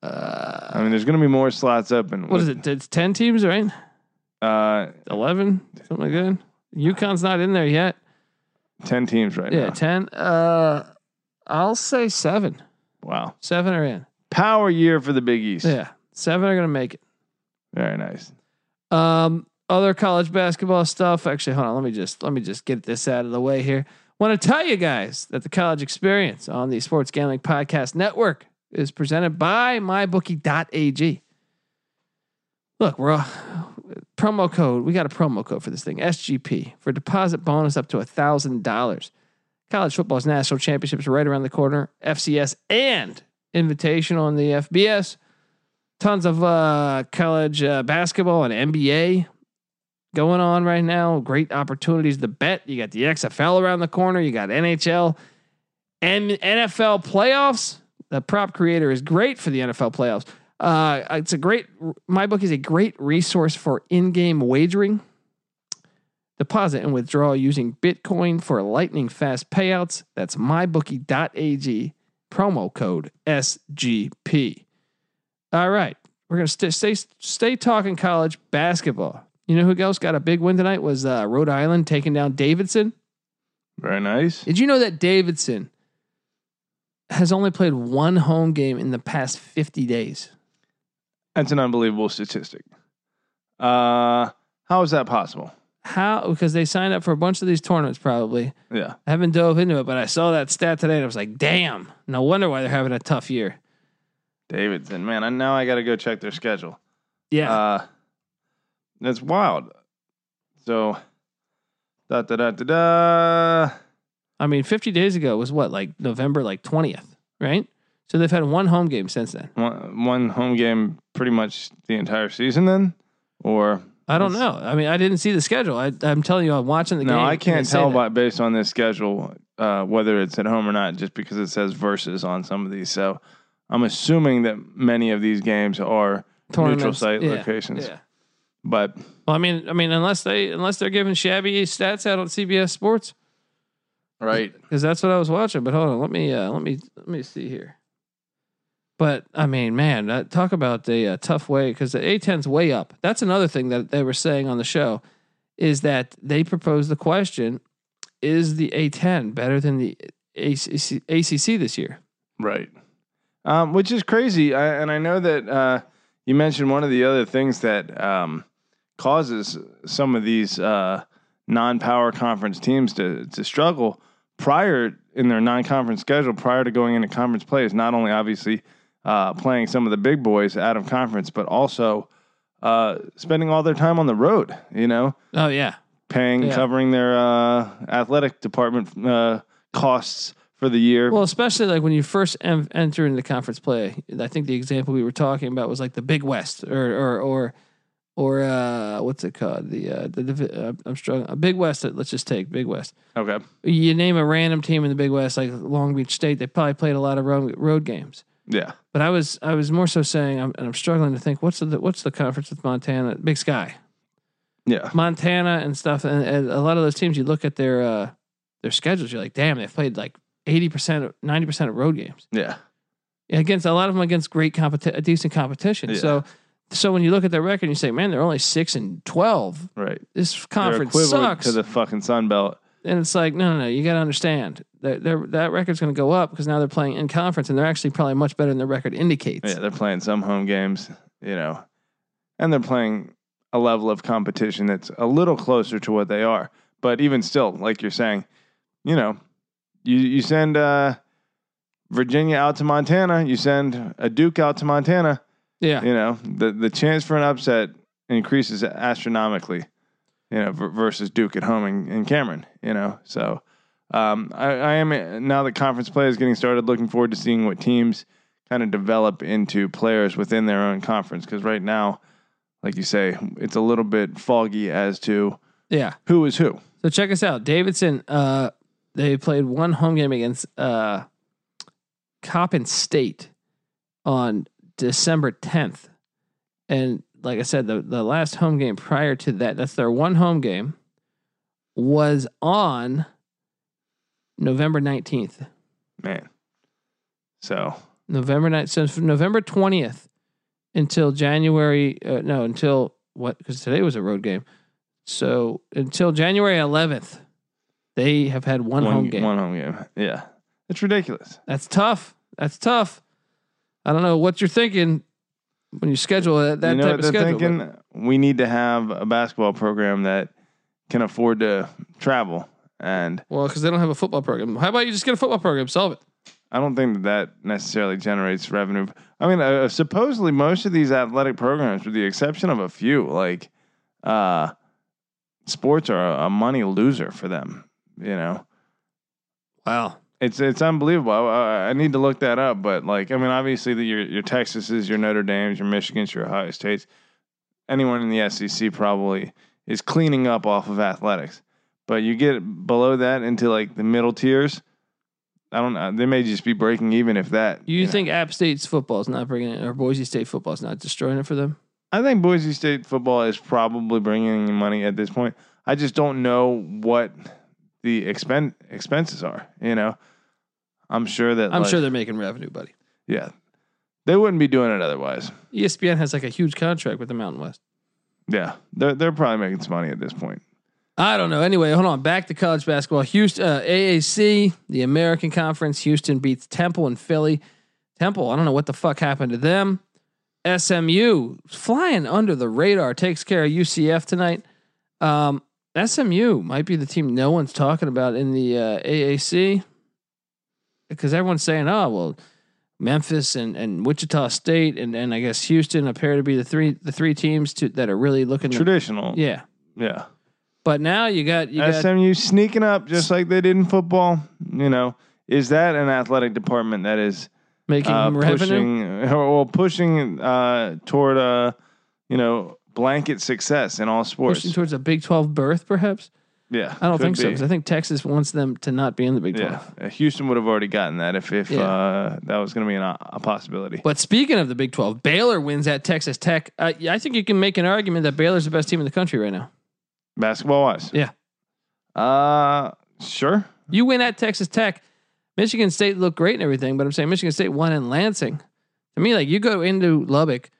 Speaker 1: Uh,
Speaker 2: I mean, there's going to be more slots open.
Speaker 1: what is it? It's ten teams, right?
Speaker 2: Uh,
Speaker 1: Eleven, something like that. UConn's not in there yet.
Speaker 2: ten teams right
Speaker 1: Yeah,
Speaker 2: now.
Speaker 1: ten. Uh, I'll say seven.
Speaker 2: Wow.
Speaker 1: Seven are in.
Speaker 2: Power year for the Big East.
Speaker 1: Yeah, seven are going to make it.
Speaker 2: Very nice.
Speaker 1: Um, other college basketball stuff. Actually, hold on. Let me just let me just get this out of the way here. Want to tell you guys that the college experience on the Sports Gambling Podcast Network is presented by MyBookie.ag. Look, we're all, promo code. We got a promo code for this thing. SGP for deposit bonus up to a thousand dollars. College football's national championships are right around the corner. FCS and invitational on the FBS tons of uh, college uh, basketball and NBA going on right now. Great opportunities to bet. You got the XFL around the corner. You got NHL and NFL playoffs. The prop creator is great for the NFL playoffs. Uh, it's a great. My book is a great resource for in-game wagering. Deposit and withdraw using Bitcoin for lightning fast payouts. That's mybookie.ag promo code SGP. All right, we're gonna st- stay stay talking college basketball. You know who else got a big win tonight was uh, Rhode Island taking down Davidson.
Speaker 2: Very nice.
Speaker 1: Did you know that Davidson has only played one home game in the past fifty days?
Speaker 2: That's an unbelievable statistic. Uh, how is that possible?
Speaker 1: How? Because they signed up for a bunch of these tournaments. Probably
Speaker 2: Yeah.
Speaker 1: I haven't dove into it, but I saw that stat today and I was like, damn, no wonder why they're having a tough year.
Speaker 2: Uh, Davidson, man, I, now I got to go check their schedule.
Speaker 1: Yeah,
Speaker 2: Uh, That's wild. So, da da da da da.
Speaker 1: I mean, 50 days ago was what, like November, like 20th, right? So they've had one home game since then.
Speaker 2: One, one home game pretty much the entire season then? Or
Speaker 1: I don't know.
Speaker 2: That's-
Speaker 1: I mean, I didn't see the schedule. I, I'm telling you, I'm watching the
Speaker 2: no,
Speaker 1: game.
Speaker 2: I
Speaker 1: and
Speaker 2: can't
Speaker 1: say
Speaker 2: tell
Speaker 1: that.
Speaker 2: by based on this schedule uh, whether it's at home or not, just because it says versus on some of these. So I'm assuming that many of these games are neutral
Speaker 1: Tournaments.
Speaker 2: site
Speaker 1: Yeah,
Speaker 2: locations.
Speaker 1: Yeah.
Speaker 2: But
Speaker 1: Well, I mean, I mean, unless they unless they're giving shabby stats out on CBS Sports,
Speaker 2: right,
Speaker 1: because that's what I was watching. But hold on, let me uh, let me let me see here. But I mean, man, uh, talk about the uh, tough way because the A10's way up. That's another thing that they were saying on the show is that they proposed the question: Is the A10 better than the ACC, ACC this year?
Speaker 2: right, um, which is crazy. I, and I know that uh, you mentioned one of the other things that um, causes some of these uh, non-power conference teams to to struggle prior in their non-conference schedule prior to going into conference play is not only obviously uh, playing some of the big boys out of conference, but also uh, spending all their time on the road. You know,
Speaker 1: Oh yeah,
Speaker 2: paying
Speaker 1: Yeah.
Speaker 2: covering their uh, athletic department uh, costs for the year.
Speaker 1: Well, especially like when you first em- enter into conference play, I think the example we were talking about was like the Big West or or or or uh, what's it called? The uh, the divi- uh, I'm struggling. Uh, Big West. Let's just take Big West.
Speaker 2: okay,
Speaker 1: You name a random team in the Big West, like Long Beach State. They probably played a lot of road, road games.
Speaker 2: yeah,
Speaker 1: But I was I was more so saying, I'm, and I'm struggling to think what's the what's the conference with Montana, Big Sky.
Speaker 2: yeah.
Speaker 1: Montana and stuff, and, and a lot of those teams, you look at their uh, their schedules, you're like, damn, they've played like eighty percent, ninety percent of road games
Speaker 2: Yeah.
Speaker 1: against a lot of them against great competition, decent competition.
Speaker 2: Yeah.
Speaker 1: So, so when you look at their record, and you say, man, they're only six and twelve.
Speaker 2: Right.
Speaker 1: This
Speaker 2: They're
Speaker 1: conference
Speaker 2: equivalent
Speaker 1: sucks,
Speaker 2: to the fucking Sun Belt.
Speaker 1: and it's like, no, no, no, you got to understand that their- that record's going to go up because now they're playing in conference, and they're actually probably much better than the record indicates.
Speaker 2: Yeah, they're playing some home games, you know, and they're playing a level of competition that's a little closer to what they are. But even still, like you're saying, you know, you you send uh, Virginia out to Montana, you send a Duke out to Montana,
Speaker 1: Yeah.
Speaker 2: you know, the the chance for an upset increases astronomically, you know, ver- versus Duke at home in, in Cameron, you know. So um, I, I am now that conference play is getting started, looking forward to seeing what teams kind of develop into players within their own conference. Because right now, like you say, it's a little bit foggy as to
Speaker 1: yeah.
Speaker 2: who is who.
Speaker 1: So check us out, Davidson. Uh, they played one home game against uh, Coppin State on December 10th, and like I said, the the last home game prior to that, that's their one home game, was on November 19th.
Speaker 2: Man. So
Speaker 1: November 9th, so from November 20th until January, uh, no, until what? Because today was a road game. So until January 11th, they have had one, home game.
Speaker 2: One home game. Yeah. It's ridiculous.
Speaker 1: That's tough. That's tough. I don't know what you're thinking when you schedule that, that
Speaker 2: you know
Speaker 1: type
Speaker 2: what
Speaker 1: of
Speaker 2: they're
Speaker 1: schedule.
Speaker 2: thinking? We need to have a basketball program that can afford to travel, and
Speaker 1: but- well, because they don't have a football program. How about you just get a football program? Solve it.
Speaker 2: I don't think that that necessarily generates revenue. I mean, uh, supposedly most of these athletic programs, with the exception of a few, like uh, sports, are a, a money loser for them. You know,
Speaker 1: Wow.
Speaker 2: it's it's unbelievable. I, I- I need to look that up, but like, I mean, obviously, the, your your Texases, your Notre Dames, your Michigans, your Ohio States, anyone in the SEC probably is cleaning up off of athletics. But you get below that into like the middle tiers. I don't know. They may just be breaking even if that.
Speaker 1: You,
Speaker 2: know.
Speaker 1: think App State's football is not bringing it, or Boise State football is not destroying it for them?
Speaker 2: I think Boise State football is probably bringing in money at this point. I just don't know what the expen- expenses are. You know, I'm sure that
Speaker 1: I'm
Speaker 2: like-
Speaker 1: sure they're making revenue, buddy. E
Speaker 2: Yeah. They wouldn't be doing it otherwise.
Speaker 1: ESPN has like a huge contract with the Mountain West.
Speaker 2: Yeah. They're they're probably making some money at this point.
Speaker 1: I don't know. Anyway, hold on. Back to college basketball. Houston uh, AAC, the American Conference. Houston beats Temple and Philly. Temple, I don't know what the fuck happened to them. SMU flying under the radar takes care of UCF tonight. Um, SMU might be the team no one's talking about in the uh, AAC because everyone's saying, "Oh, well, Memphis and, and Wichita State and, and I guess Houston appear to be the three the three teams to, that are really looking. To,
Speaker 2: Traditional. Yeah.
Speaker 1: yeah, but now you got you got
Speaker 2: SMU sneaking up just like they did in football. You know, is that an athletic department that is
Speaker 1: making
Speaker 2: uh,
Speaker 1: revenue.
Speaker 2: pushing or well, pushing uh, toward uh, you know blanket success in all sports?
Speaker 1: pushing towards a Big Twelve berth, perhaps.
Speaker 2: yeah,
Speaker 1: I don't
Speaker 2: could
Speaker 1: think so
Speaker 2: be.
Speaker 1: because I think Texas wants them to not be in the Big Twelve.
Speaker 2: Yeah, Uh, Houston would have already gotten that if if
Speaker 1: Yeah.
Speaker 2: uh, that was going to be an, a possibility.
Speaker 1: But speaking of the Big Twelve, Baylor wins at Texas Tech. Uh, yeah, I think you can make an argument that Baylor's the best team in the country right now.
Speaker 2: Basketball wise,
Speaker 1: Yeah.
Speaker 2: Uh, sure.
Speaker 1: You win at Texas Tech. Michigan State looked great and everything, but I'm saying Michigan State won in Lansing. To me, like you go into Lubbock,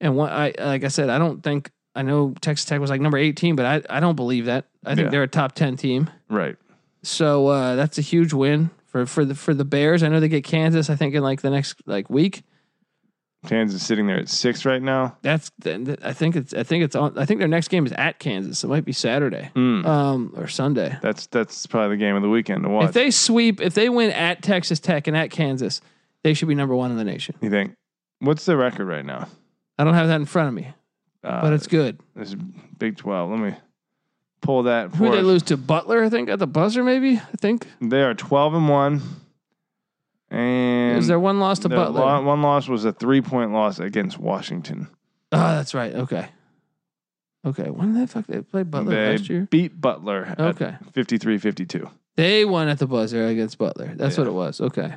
Speaker 1: and what I like I said, I don't think I know Texas Tech was like number 18, but I I don't believe that. I think
Speaker 2: Yeah.
Speaker 1: they're a top 10 team.
Speaker 2: Right.
Speaker 1: So uh, that's a huge win for for the for the Bears. I know they get Kansas. I think in like the next like week.
Speaker 2: Kansas sitting there at six right now.
Speaker 1: That's th- th- I think it's I think it's on. I think their next game is at Kansas. It might be Saturday
Speaker 2: Mm.
Speaker 1: um, or Sunday.
Speaker 2: That's that's probably the game of the weekend to watch.
Speaker 1: If they sweep, if they win at Texas Tech and at Kansas, they should be number one in the nation.
Speaker 2: you think? What's the record right now?
Speaker 1: I don't have that in front of me,
Speaker 2: Uh,
Speaker 1: but it's good.
Speaker 2: this is Big Twelve. Let me pull that.
Speaker 1: Who
Speaker 2: for
Speaker 1: they
Speaker 2: us.
Speaker 1: lose to Butler? I think at the buzzer, maybe. I think
Speaker 2: They are twelve and one. And
Speaker 1: is there one loss to
Speaker 2: the
Speaker 1: Butler?
Speaker 2: lo- one loss was a three point loss against Washington.
Speaker 1: oh, that's right. Okay, okay. When the fuck they played Butler
Speaker 2: they
Speaker 1: last year?
Speaker 2: beat Butler at
Speaker 1: Okay,
Speaker 2: 53-52.
Speaker 1: they won at the buzzer against Butler. That's what
Speaker 2: Yeah.
Speaker 1: it was. Okay.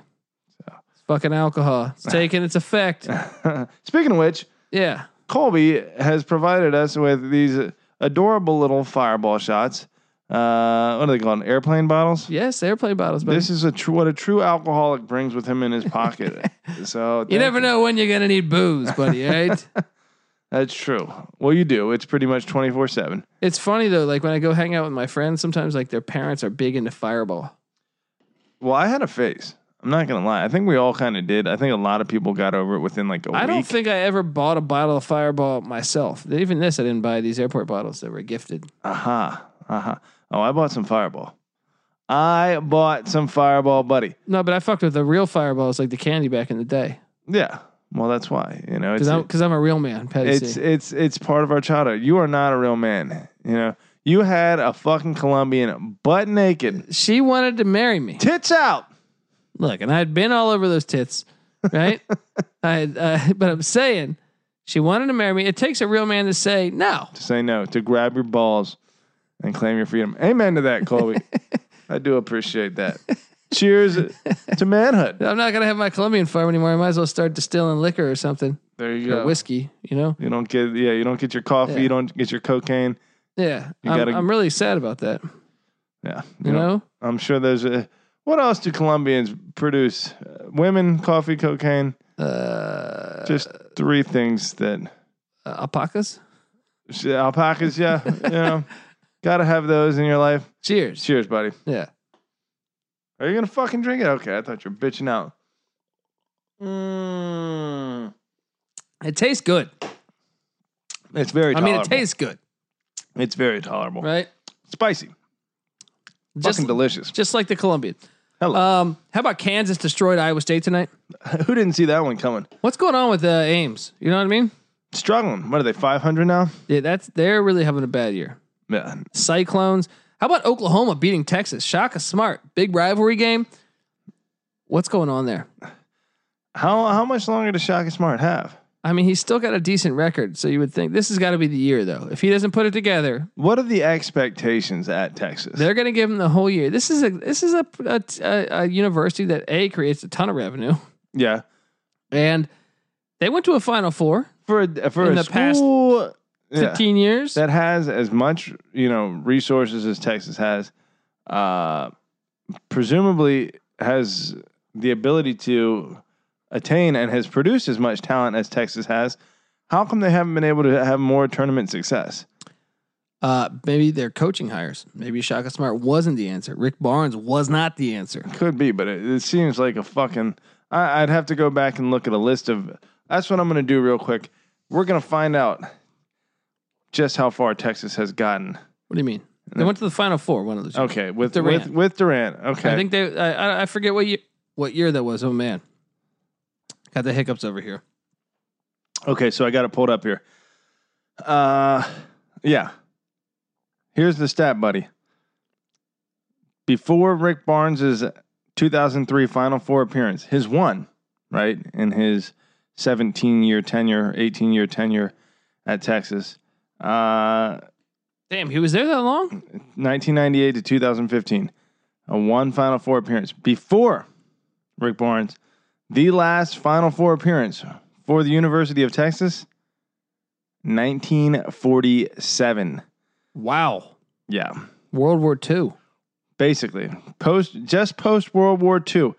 Speaker 2: So.
Speaker 1: It's Fucking alcohol. It's taking its effect.
Speaker 2: Speaking of which,
Speaker 1: Yeah.
Speaker 2: Colby has provided us with these adorable little fireball shots. Uh, what are they called? Airplane bottles.
Speaker 1: Yes, airplane bottles, but
Speaker 2: This is a true what a true alcoholic brings with him in his pocket. so
Speaker 1: you
Speaker 2: thank-
Speaker 1: never know when you're gonna need booze, buddy, right?
Speaker 2: That's true. Well, you do. It's pretty much twenty four seven.
Speaker 1: It's funny though, like when I go hang out with my friends, sometimes like their parents are big into Fireball.
Speaker 2: Well, I had a phase. I'm not gonna lie. I think we all kind of did. I think a lot of people got over it within like a
Speaker 1: I
Speaker 2: week.
Speaker 1: don't think I ever bought a bottle of Fireball myself. Even this, I didn't buy these airport bottles that were gifted.
Speaker 2: aha, aha. Uh-huh. Oh, I bought some Fireball. I bought some Fireball, buddy.
Speaker 1: No, but I fucked with the real Fireballs, like the candy back in the day,
Speaker 2: Yeah. Well, that's why. You know,
Speaker 1: because
Speaker 2: it's
Speaker 1: I'm because I'm a real man, Patty
Speaker 2: it's
Speaker 1: C.
Speaker 2: it's it's part of our childhood. You are not a real man. You know, you had a fucking Colombian butt naked,
Speaker 1: She wanted to marry me.
Speaker 2: tits out.
Speaker 1: Look, and I had been all over those tits, right? I, uh, but I'm saying she wanted to marry me. It takes a real man to say no.
Speaker 2: To say no, to grab your balls and claim your freedom. Amen to that, Colby. I do appreciate that. Cheers to manhood.
Speaker 1: I'm not gonna have my Colombian farm anymore. I might as well start distilling liquor or something,
Speaker 2: There you
Speaker 1: or
Speaker 2: go.
Speaker 1: whiskey. You know?
Speaker 2: You don't get yeah, you don't get your coffee,
Speaker 1: Yeah.
Speaker 2: you don't get your cocaine.
Speaker 1: Yeah.
Speaker 2: You
Speaker 1: I'm,
Speaker 2: gotta-
Speaker 1: I'm really sad about that.
Speaker 2: Yeah.
Speaker 1: You
Speaker 2: don't-
Speaker 1: know?
Speaker 2: I'm sure there's a what else do Colombians produce? Uh, women, coffee, cocaine.
Speaker 1: Uh,
Speaker 2: Just three things that
Speaker 1: alpacas.
Speaker 2: Sh- alpacas, yeah. you know, gotta have those in your life.
Speaker 1: Cheers.
Speaker 2: Cheers, buddy.
Speaker 1: Yeah.
Speaker 2: Are you gonna fucking drink it? Okay, I thought you were bitching out. Mm.
Speaker 1: It tastes good.
Speaker 2: It's very.
Speaker 1: I
Speaker 2: Tolerable.
Speaker 1: mean, it tastes good,
Speaker 2: It's very tolerable.
Speaker 1: right?
Speaker 2: Spicy,
Speaker 1: Just,
Speaker 2: fucking delicious.
Speaker 1: just like the Colombian.
Speaker 2: Hello.
Speaker 1: Um, how about Kansas destroyed Iowa State tonight?
Speaker 2: Who didn't see that one coming?
Speaker 1: What's going on with uh, Ames? You know what I mean?
Speaker 2: Struggling. What are they? Five hundred now?
Speaker 1: Yeah, that's they're really having a bad year.
Speaker 2: Yeah.
Speaker 1: Cyclones. How about Oklahoma beating Texas? Shaka Smart, big rivalry game. What's going on there?
Speaker 2: How how much longer does Shaka Smart have?
Speaker 1: I mean, he's still got a decent record, so you would think this has got to be the year, though. If he doesn't put it together,
Speaker 2: What are the expectations at Texas?
Speaker 1: they're going to give him the whole year. This is a this is a, a, a, a university that a creates a ton of revenue,
Speaker 2: yeah.
Speaker 1: and they went to a Final Four
Speaker 2: For a, for
Speaker 1: In
Speaker 2: a
Speaker 1: the past
Speaker 2: school, yeah.
Speaker 1: fifteen years.
Speaker 2: that has as much you know resources as Texas has, uh, presumably has the ability to attain and has produced as much talent as Texas has. How come they haven't been able to have more tournament success?
Speaker 1: uh, maybe their coaching hires. Maybe Shaka Smart wasn't the answer. Rick Barnes was not the answer.
Speaker 2: Could be, but it, it seems like a fucking. I, I'd have to go back and look at a list of. That's what I'm going to do real quick. We're going to find out just how far Texas has gotten.
Speaker 1: What do you mean? They went to the Final Four. One of those. years.
Speaker 2: Okay, with
Speaker 1: Durant.
Speaker 2: with with Durant. Okay,
Speaker 1: I think they. I, I- I forget what year what year that was. Oh man, Got the hiccups over here.
Speaker 2: Okay, so I got it pulled up here. Uh, yeah. Here's the stat, buddy. Before Rick Barnes' 2003 Final Four appearance, his one, right, in his 17 year tenure, 18 year tenure at Texas, uh,
Speaker 1: Damn, he was there that long?
Speaker 2: 1998 to 2015, a one Final Four appearance before Rick Barnes, the last Final Four appearance for the University of Texas, 1947.
Speaker 1: Wow.
Speaker 2: Yeah,
Speaker 1: World War II.
Speaker 2: basically post just post World War II,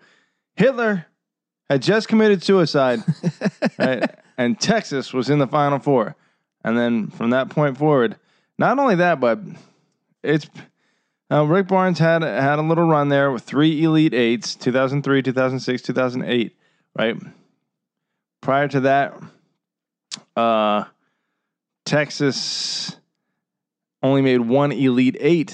Speaker 2: Hitler had just committed suicide, right? and Texas was in the Final Four. And then from that point forward, not only that, but it's uh, Rick Barnes had had a little run there with three Elite Eights, 2003, 2006, 2008, right? Prior to that, uh, Texas only made one Elite Eight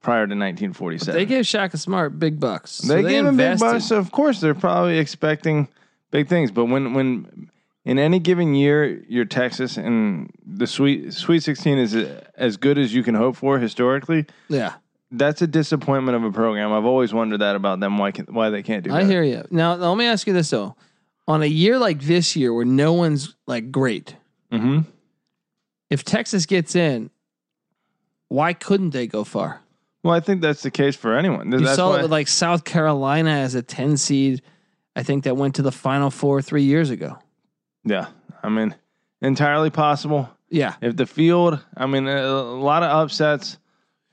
Speaker 2: prior to 1947.
Speaker 1: They gave Shaka Smart big bucks. So
Speaker 2: they, gave him big
Speaker 1: invested.
Speaker 2: bucks, so of course they're probably expecting big things. But when when in any given year you're Texas and the sweet Sweet 16 is as good as you can hope for historically,
Speaker 1: Yeah,
Speaker 2: that's a disappointment of a program. I've always wondered that about them why can, why they can't do
Speaker 1: I
Speaker 2: that.
Speaker 1: hear you. Now, let me ask you this though: on a year like this year, where no one's like great,
Speaker 2: hmm
Speaker 1: if Texas gets in, why couldn't they go far?
Speaker 2: Well, I think that's the case for anyone.
Speaker 1: You
Speaker 2: that's
Speaker 1: saw
Speaker 2: why,
Speaker 1: it with like South Carolina as a ten seed. I think that went to the Final Four three years ago.
Speaker 2: yeah, I mean, entirely possible.
Speaker 1: Yeah,
Speaker 2: If the field, I mean, a, a lot of upsets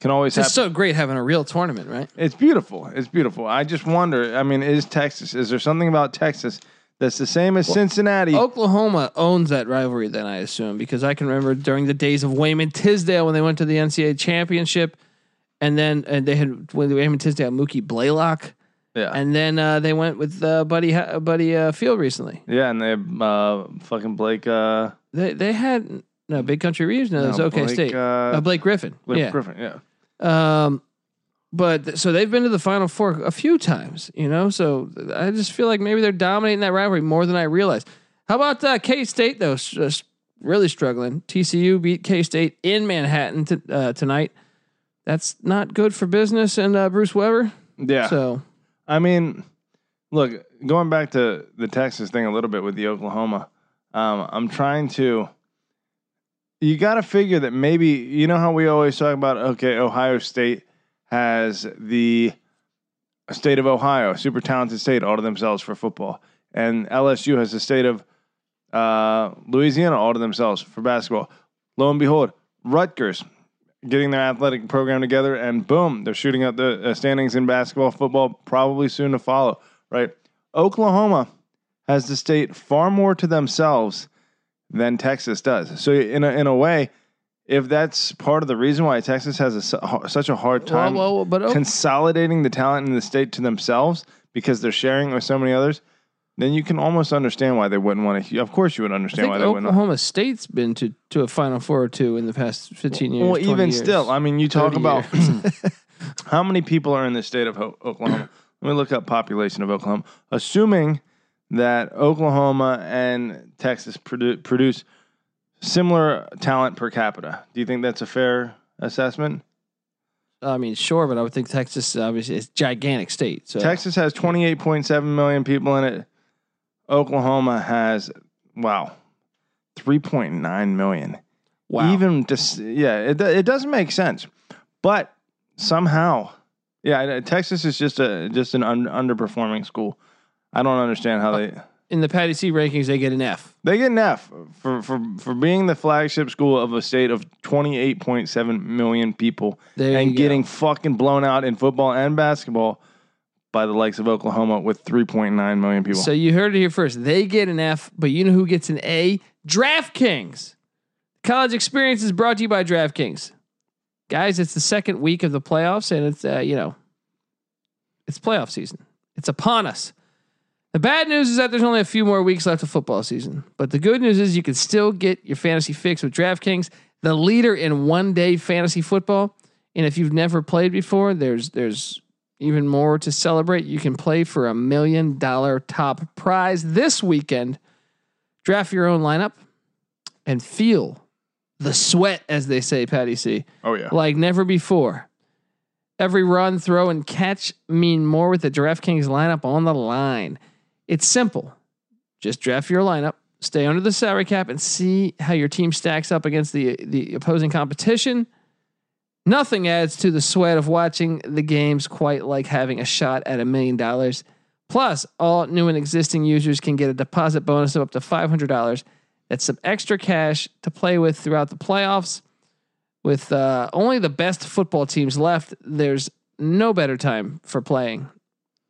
Speaker 2: can always
Speaker 1: it's
Speaker 2: happen.
Speaker 1: so great having a real tournament, right?
Speaker 2: It's beautiful. It's beautiful. I just wonder. I mean, is Texas? Is there something about Texas that's the same as Cincinnati?
Speaker 1: oh, Oklahoma owns that rivalry, then I assume, because I can remember during the days of Wayman Tisdale when they went to the NCAA championship, and then and they had when Wayman Tisdale, Mookie Blaylock,
Speaker 2: yeah,
Speaker 1: and then uh, they went with uh, Buddy Ha- Buddy uh, Field recently.
Speaker 2: yeah, and they have, uh, fucking Blake. Uh,
Speaker 1: They they had no Big Country Reeves, no, it was
Speaker 2: no,
Speaker 1: OK
Speaker 2: Blake,
Speaker 1: State,
Speaker 2: Uh,
Speaker 1: uh, Blake Griffin,
Speaker 2: Blake
Speaker 1: yeah.
Speaker 2: Griffin. Yeah,
Speaker 1: Um, but th- so they've been to the Final Four a few times, you know. So th- I just feel like maybe they're dominating that rivalry more than I realize. How about uh, K State though? S- uh, s- really struggling. TCU beat K State in Manhattan t- uh, tonight. That's not good for business and uh, Bruce Weber.
Speaker 2: yeah.
Speaker 1: So
Speaker 2: I mean, look, going back to the Texas thing a little bit with the Oklahoma, um, I'm trying to. You got to figure that maybe you know how we always talk about okay, Ohio State has the state of Ohio, super talented state, all to themselves for football, and LSU has the state of uh, Louisiana all to themselves for basketball. Lo and behold, Rutgers getting their athletic program together, and boom, they're shooting up the uh, standings in basketball, football, probably soon to follow. Right? Oklahoma has the state far more to themselves than Texas does. So in a, in a way, if that's part of the reason why Texas has a, su- such a hard
Speaker 1: well,
Speaker 2: time
Speaker 1: well, but oh, O-
Speaker 2: consolidating the talent in the state to themselves because they're sharing with so many others, then you can almost understand why they wouldn't want to. Of course, you would
Speaker 1: I
Speaker 2: understand
Speaker 1: think
Speaker 2: why they wouldn't.
Speaker 1: Oklahoma State's been to to a Final Four or two in the past fifteen years.
Speaker 2: Well,
Speaker 1: 20
Speaker 2: even
Speaker 1: years.
Speaker 2: still, I mean, you talk
Speaker 1: 30
Speaker 2: about how many people are in the state of Ho- Oklahoma. Let me look up population of Oklahoma. Assuming that Oklahoma and Texas produ- produce similar talent per capita, do you think that's a fair assessment?
Speaker 1: I mean, sure, but I would think Texas obviously is a gigantic state. So
Speaker 2: Texas has 28.7 million people in it. Oklahoma has wow, 3.9 million.
Speaker 1: wow.
Speaker 2: Even just yeah, it do- it doesn't make sense, but somehow, yeah, I- Texas is just a just an un, underperforming school. I don't understand how they
Speaker 1: in the Patty C rankings, they get an F.
Speaker 2: they get an F for for for being the flagship school of a state of 28.7 million people
Speaker 1: There
Speaker 2: and
Speaker 1: you
Speaker 2: getting fucking blown out in football and basketball by the likes of Oklahoma with 3.9 million
Speaker 1: go.
Speaker 2: people.
Speaker 1: So you heard it here first. They get an F, but you know who gets an A? DraftKings. College experience is brought to you by DraftKings. Guys, it's the second week of the playoffs, and it's uh, you know, it's playoff season. It's upon us. The bad news is that there's only a few more weeks left of football season. But the good news is you can still get your fantasy fix with DraftKings, the leader in one day fantasy football. And if you've never played before, there's there's Even more to celebrate, you can play for a million dollar top prize this weekend. Draft your own lineup and feel the sweat, as they say, Patty C
Speaker 2: Oh yeah.
Speaker 1: like never before. Every run, throw, and catch mean more with the DraftKings lineup on the line. It's simple. Just draft your lineup, stay under the salary cap, and see how your team stacks up against the the opposing competition. Nothing adds to the sweat of watching the games quite like having a shot at a million dollars. Plus, all new and existing users can get a deposit bonus of up to $500. That's some extra cash to play with throughout the playoffs. With uh, only the best football teams left, there's no better time for playing.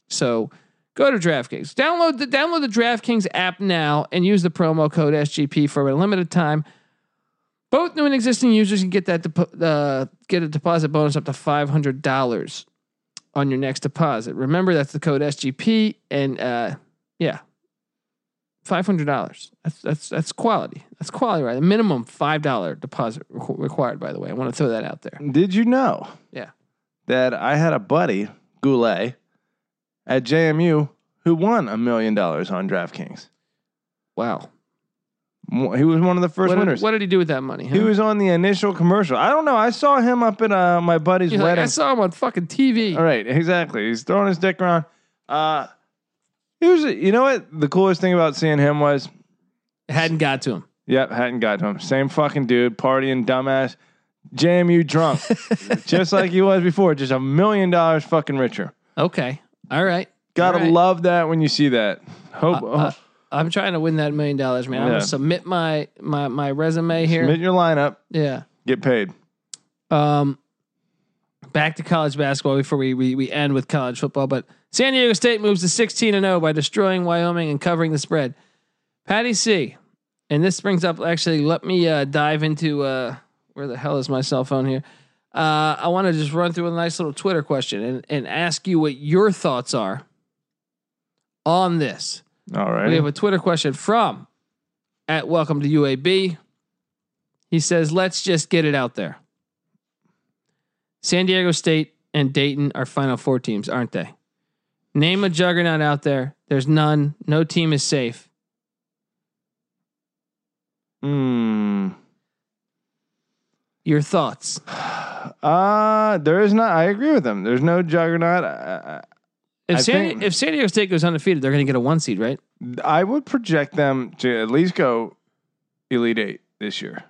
Speaker 1: So go to DraftKings. Download the download the DraftKings app now and use the promo code SGP for a limited time. Both new and existing users can get that depo- uh, get a deposit bonus up to five hundred dollars on your next deposit. Remember that's the code SGP and uh, yeah, five hundred dollars. That's that's that's quality. That's quality, right? A minimum five dollar deposit requ- required. By the way, I want to throw that out there.
Speaker 2: Did you know?
Speaker 1: Yeah.
Speaker 2: That I had a buddy, Goulet, at JMU who won a million dollars on DraftKings.
Speaker 1: Wow.
Speaker 2: Mo- He was one of the first
Speaker 1: What did,
Speaker 2: winners.
Speaker 1: what did he do with that money?
Speaker 2: he
Speaker 1: huh?
Speaker 2: was on the initial commercial. I don't know. I saw him up at uh, my buddy's
Speaker 1: He's like,
Speaker 2: wedding.
Speaker 1: I saw him on fucking TV.
Speaker 2: All right, exactly. He's throwing his dick around. Uh, here's a, you know what the coolest thing about seeing him was.
Speaker 1: It hadn't got to him.
Speaker 2: Yep, hadn't got to him. Same fucking dude, partying, dumbass, JMU drunk, just like he was before. Just a million dollars fucking richer.
Speaker 1: Okay. All right.
Speaker 2: Gotta
Speaker 1: All right.
Speaker 2: love that when you see that. Hope
Speaker 1: uh, I'm trying to win that million dollars, man. I'm
Speaker 2: Oh. Yeah.
Speaker 1: gonna submit my my my resume here.
Speaker 2: submit your lineup,
Speaker 1: Yeah.
Speaker 2: get paid.
Speaker 1: Um, back to college basketball before we, we we end with college football. But San Diego State moves to 16 and 0 by destroying Wyoming and covering the spread. Patty C, and this brings up actually. Let me uh, dive into uh, where the hell is my cell phone here. Uh, I want to just run through a nice little Twitter question and, and ask you what your thoughts are on this.
Speaker 2: All
Speaker 1: We have
Speaker 2: right.
Speaker 1: a Twitter question from at Welcome to UAB. He says, "Let's just get it out there. San Diego State and Dayton are Final Four teams, aren't they? Name a juggernaut out there. There's none. No team is safe.
Speaker 2: Hmm.
Speaker 1: Your thoughts?
Speaker 2: Uh, there is not. I agree with him. There's no juggernaut. I,
Speaker 1: If
Speaker 2: I
Speaker 1: San,
Speaker 2: think-
Speaker 1: if San Diego State goes undefeated, they're going to get a one seed, right?
Speaker 2: I, I would project them to at least go elite eight this year.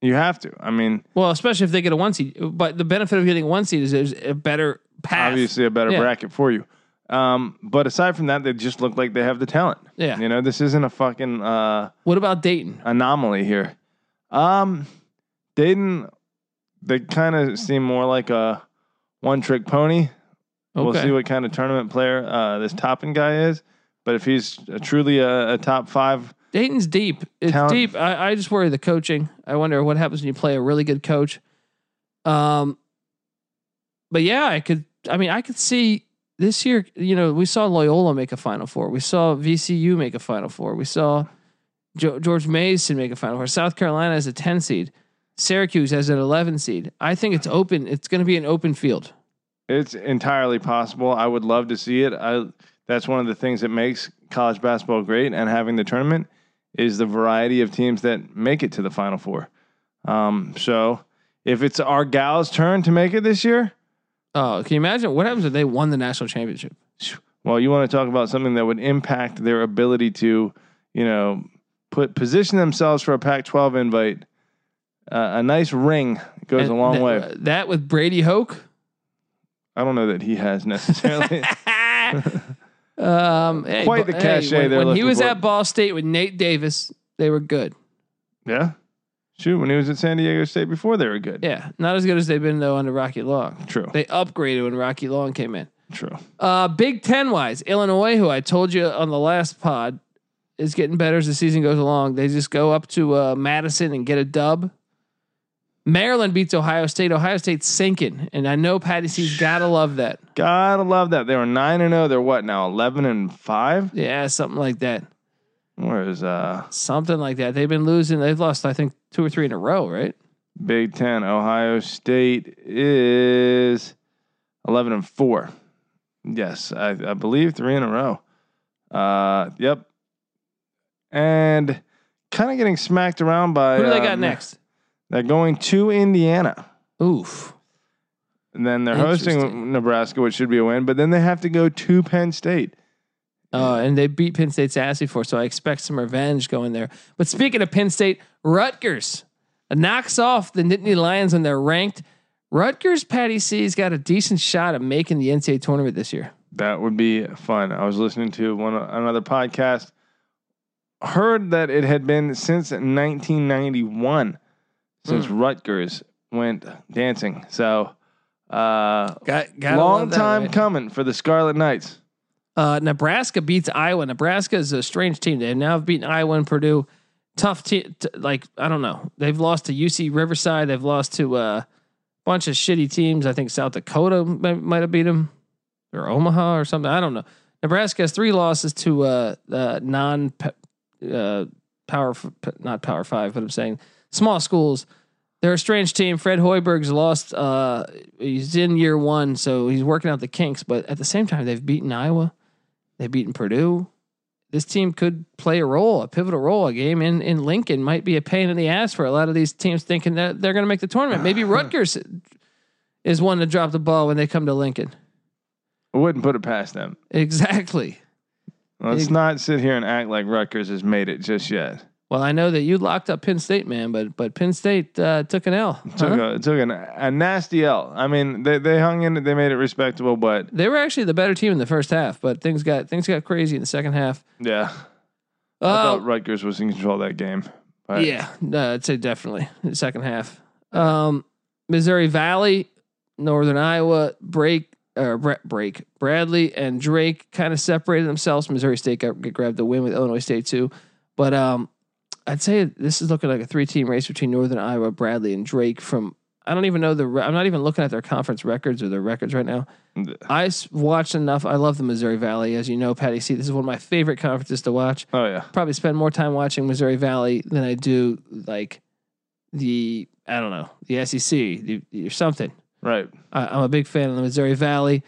Speaker 2: You have to. I mean,
Speaker 1: Well, especially if they get a one seed. But the benefit of getting a one seed is there's a better path.
Speaker 2: obviously a better
Speaker 1: Yeah.
Speaker 2: bracket for you. Um, but aside from that, they just look like they have the talent.
Speaker 1: Yeah.
Speaker 2: You know, this isn't a fucking uh,
Speaker 1: What about Dayton?
Speaker 2: anomaly here. Um, Dayton, they kind of seem more like a one-trick pony. We'll see what kind of tournament player uh, this Toppin guy is. But if he's uh, truly a, a top five,
Speaker 1: Dayton's deep. It's
Speaker 2: Talent.
Speaker 1: deep. I, I just worry the coaching. I wonder what happens when you play a really good coach. Um, but yeah, I could. I mean, I could see this year. You know, we saw Loyola make a Final Four. We saw VCU make a Final Four. We saw jo- George Mason make a Final Four. South Carolina is a ten seed. Syracuse has an eleven seed. I think it's open. It's going to be an open field.
Speaker 2: it's entirely possible. I would love to see it. I that's one of the things that makes college basketball great and having the tournament is the variety of teams that make it to the final four. Um, so if it's our gals' turn to make it this year,
Speaker 1: Oh, can you imagine what happens if they won the national championship?
Speaker 2: well, you want to talk about something that would impact their ability to, you know, put position themselves for a Pac-12 invite. Uh, a nice ring goes a
Speaker 1: And
Speaker 2: long
Speaker 1: th-
Speaker 2: way.
Speaker 1: That with Brady Hoke.
Speaker 2: I don't know that he has necessarily.
Speaker 1: um, hey,
Speaker 2: Quite
Speaker 1: Bo-
Speaker 2: the cachet
Speaker 1: Hey,
Speaker 2: they're
Speaker 1: when, when he
Speaker 2: looking
Speaker 1: was
Speaker 2: for.
Speaker 1: at Ball State with Nate Davis, they were good.
Speaker 2: yeah, shoot, when he was at San Diego State before, they were good.
Speaker 1: Yeah, not as good as they've been though under Rocky Long.
Speaker 2: True.
Speaker 1: They upgraded when Rocky Long came in.
Speaker 2: True.
Speaker 1: Uh, Big Ten wise, Illinois, who I told you on the last pod, is getting better as the season goes along. They just go up to uh, Madison and get a dub. Maryland beats Ohio State. Ohio State's sinking, and I know Patty C's gotta love that.
Speaker 2: Gotta love that. They were nine and zero. They're what now? Eleven and five.
Speaker 1: Yeah, something like that.
Speaker 2: Where's uh
Speaker 1: Something like that. They've been losing. They've lost, I think, two or three in a row, right?
Speaker 2: Big Ten? Ohio State is eleven and four. Yes, I, I believe three in a row. Uh, yep. And kind of getting smacked around by
Speaker 1: Who do they got
Speaker 2: um,
Speaker 1: next?
Speaker 2: They're going to Indiana,
Speaker 1: Oof.
Speaker 2: and then they're
Speaker 1: Interesting.
Speaker 2: hosting Nebraska, which should be a win. But then they have to go to Penn State.
Speaker 1: Uh, and they beat Penn State's ass before, so I expect some revenge going there. But speaking of Penn State, Rutgers knocks off the Nittany Lions when they're ranked. Rutgers Patty C's got a decent shot at making the NCAA tournament this year.
Speaker 2: That would be fun. I was listening to one another podcast. Heard that it had been since 1991 since
Speaker 1: Hmm.
Speaker 2: Rutgers went dancing. So, uh,
Speaker 1: Got,
Speaker 2: long time coming for the Scarlet Knights.
Speaker 1: Uh, Nebraska beats Iowa. Nebraska is a strange team. They have now beaten Iowa and Purdue. Tough team. T- like I don't know. They've lost to UC Riverside. They've lost to uh, a bunch of shitty teams. I think South Dakota might, might have beat them, or Omaha or something. I don't know. Nebraska has three losses to uh, uh, non uh, power, f- p- not power five, but I'm saying small schools. They're a strange team. Fred Hoiberg's lost. Uh, he's in year one, so he's working out the kinks. But at the same time, they've beaten Iowa. They've beaten Purdue. This team could play a role, a pivotal role. A game in, in Lincoln might be a pain in the ass for a lot of these teams thinking that they're going to make the tournament. Maybe Rutgers is one to drop the ball when they come to Lincoln.
Speaker 2: I wouldn't put it past them.
Speaker 1: Exactly.
Speaker 2: Let's
Speaker 1: Big-
Speaker 2: not sit here and act like Rutgers has made it just yet.
Speaker 1: Well, I know that you locked up Penn State, man, but but Penn State uh, took an L.
Speaker 2: Took
Speaker 1: huh?
Speaker 2: a took an, a nasty L. I mean, they they hung in. it. They made it respectable, but
Speaker 1: They were actually the better team in the first half, but things got things got crazy in the second half.
Speaker 2: yeah, I
Speaker 1: Uh,
Speaker 2: thought Rutgers was in control of that game. But
Speaker 1: Yeah, no, I'd say definitely the second half. Um, Missouri Valley, Northern Iowa, break or Bra- break Bradley and Drake kind of separated themselves. Missouri State got, grabbed the win with Illinois State too, but um, I'd say this is looking like a three-team race between Northern Iowa, Bradley, and Drake. From I don't even know the re- I'm not even looking at their conference records or their records right now. I s- watched enough. I love the Missouri Valley, as you know, Patty C. This is one of my favorite conferences to watch
Speaker 2: Oh yeah.
Speaker 1: probably spend more time watching Missouri Valley than I do like the I don't know the SEC the, or something.
Speaker 2: Right.
Speaker 1: I, I'm a big fan of the Missouri Valley,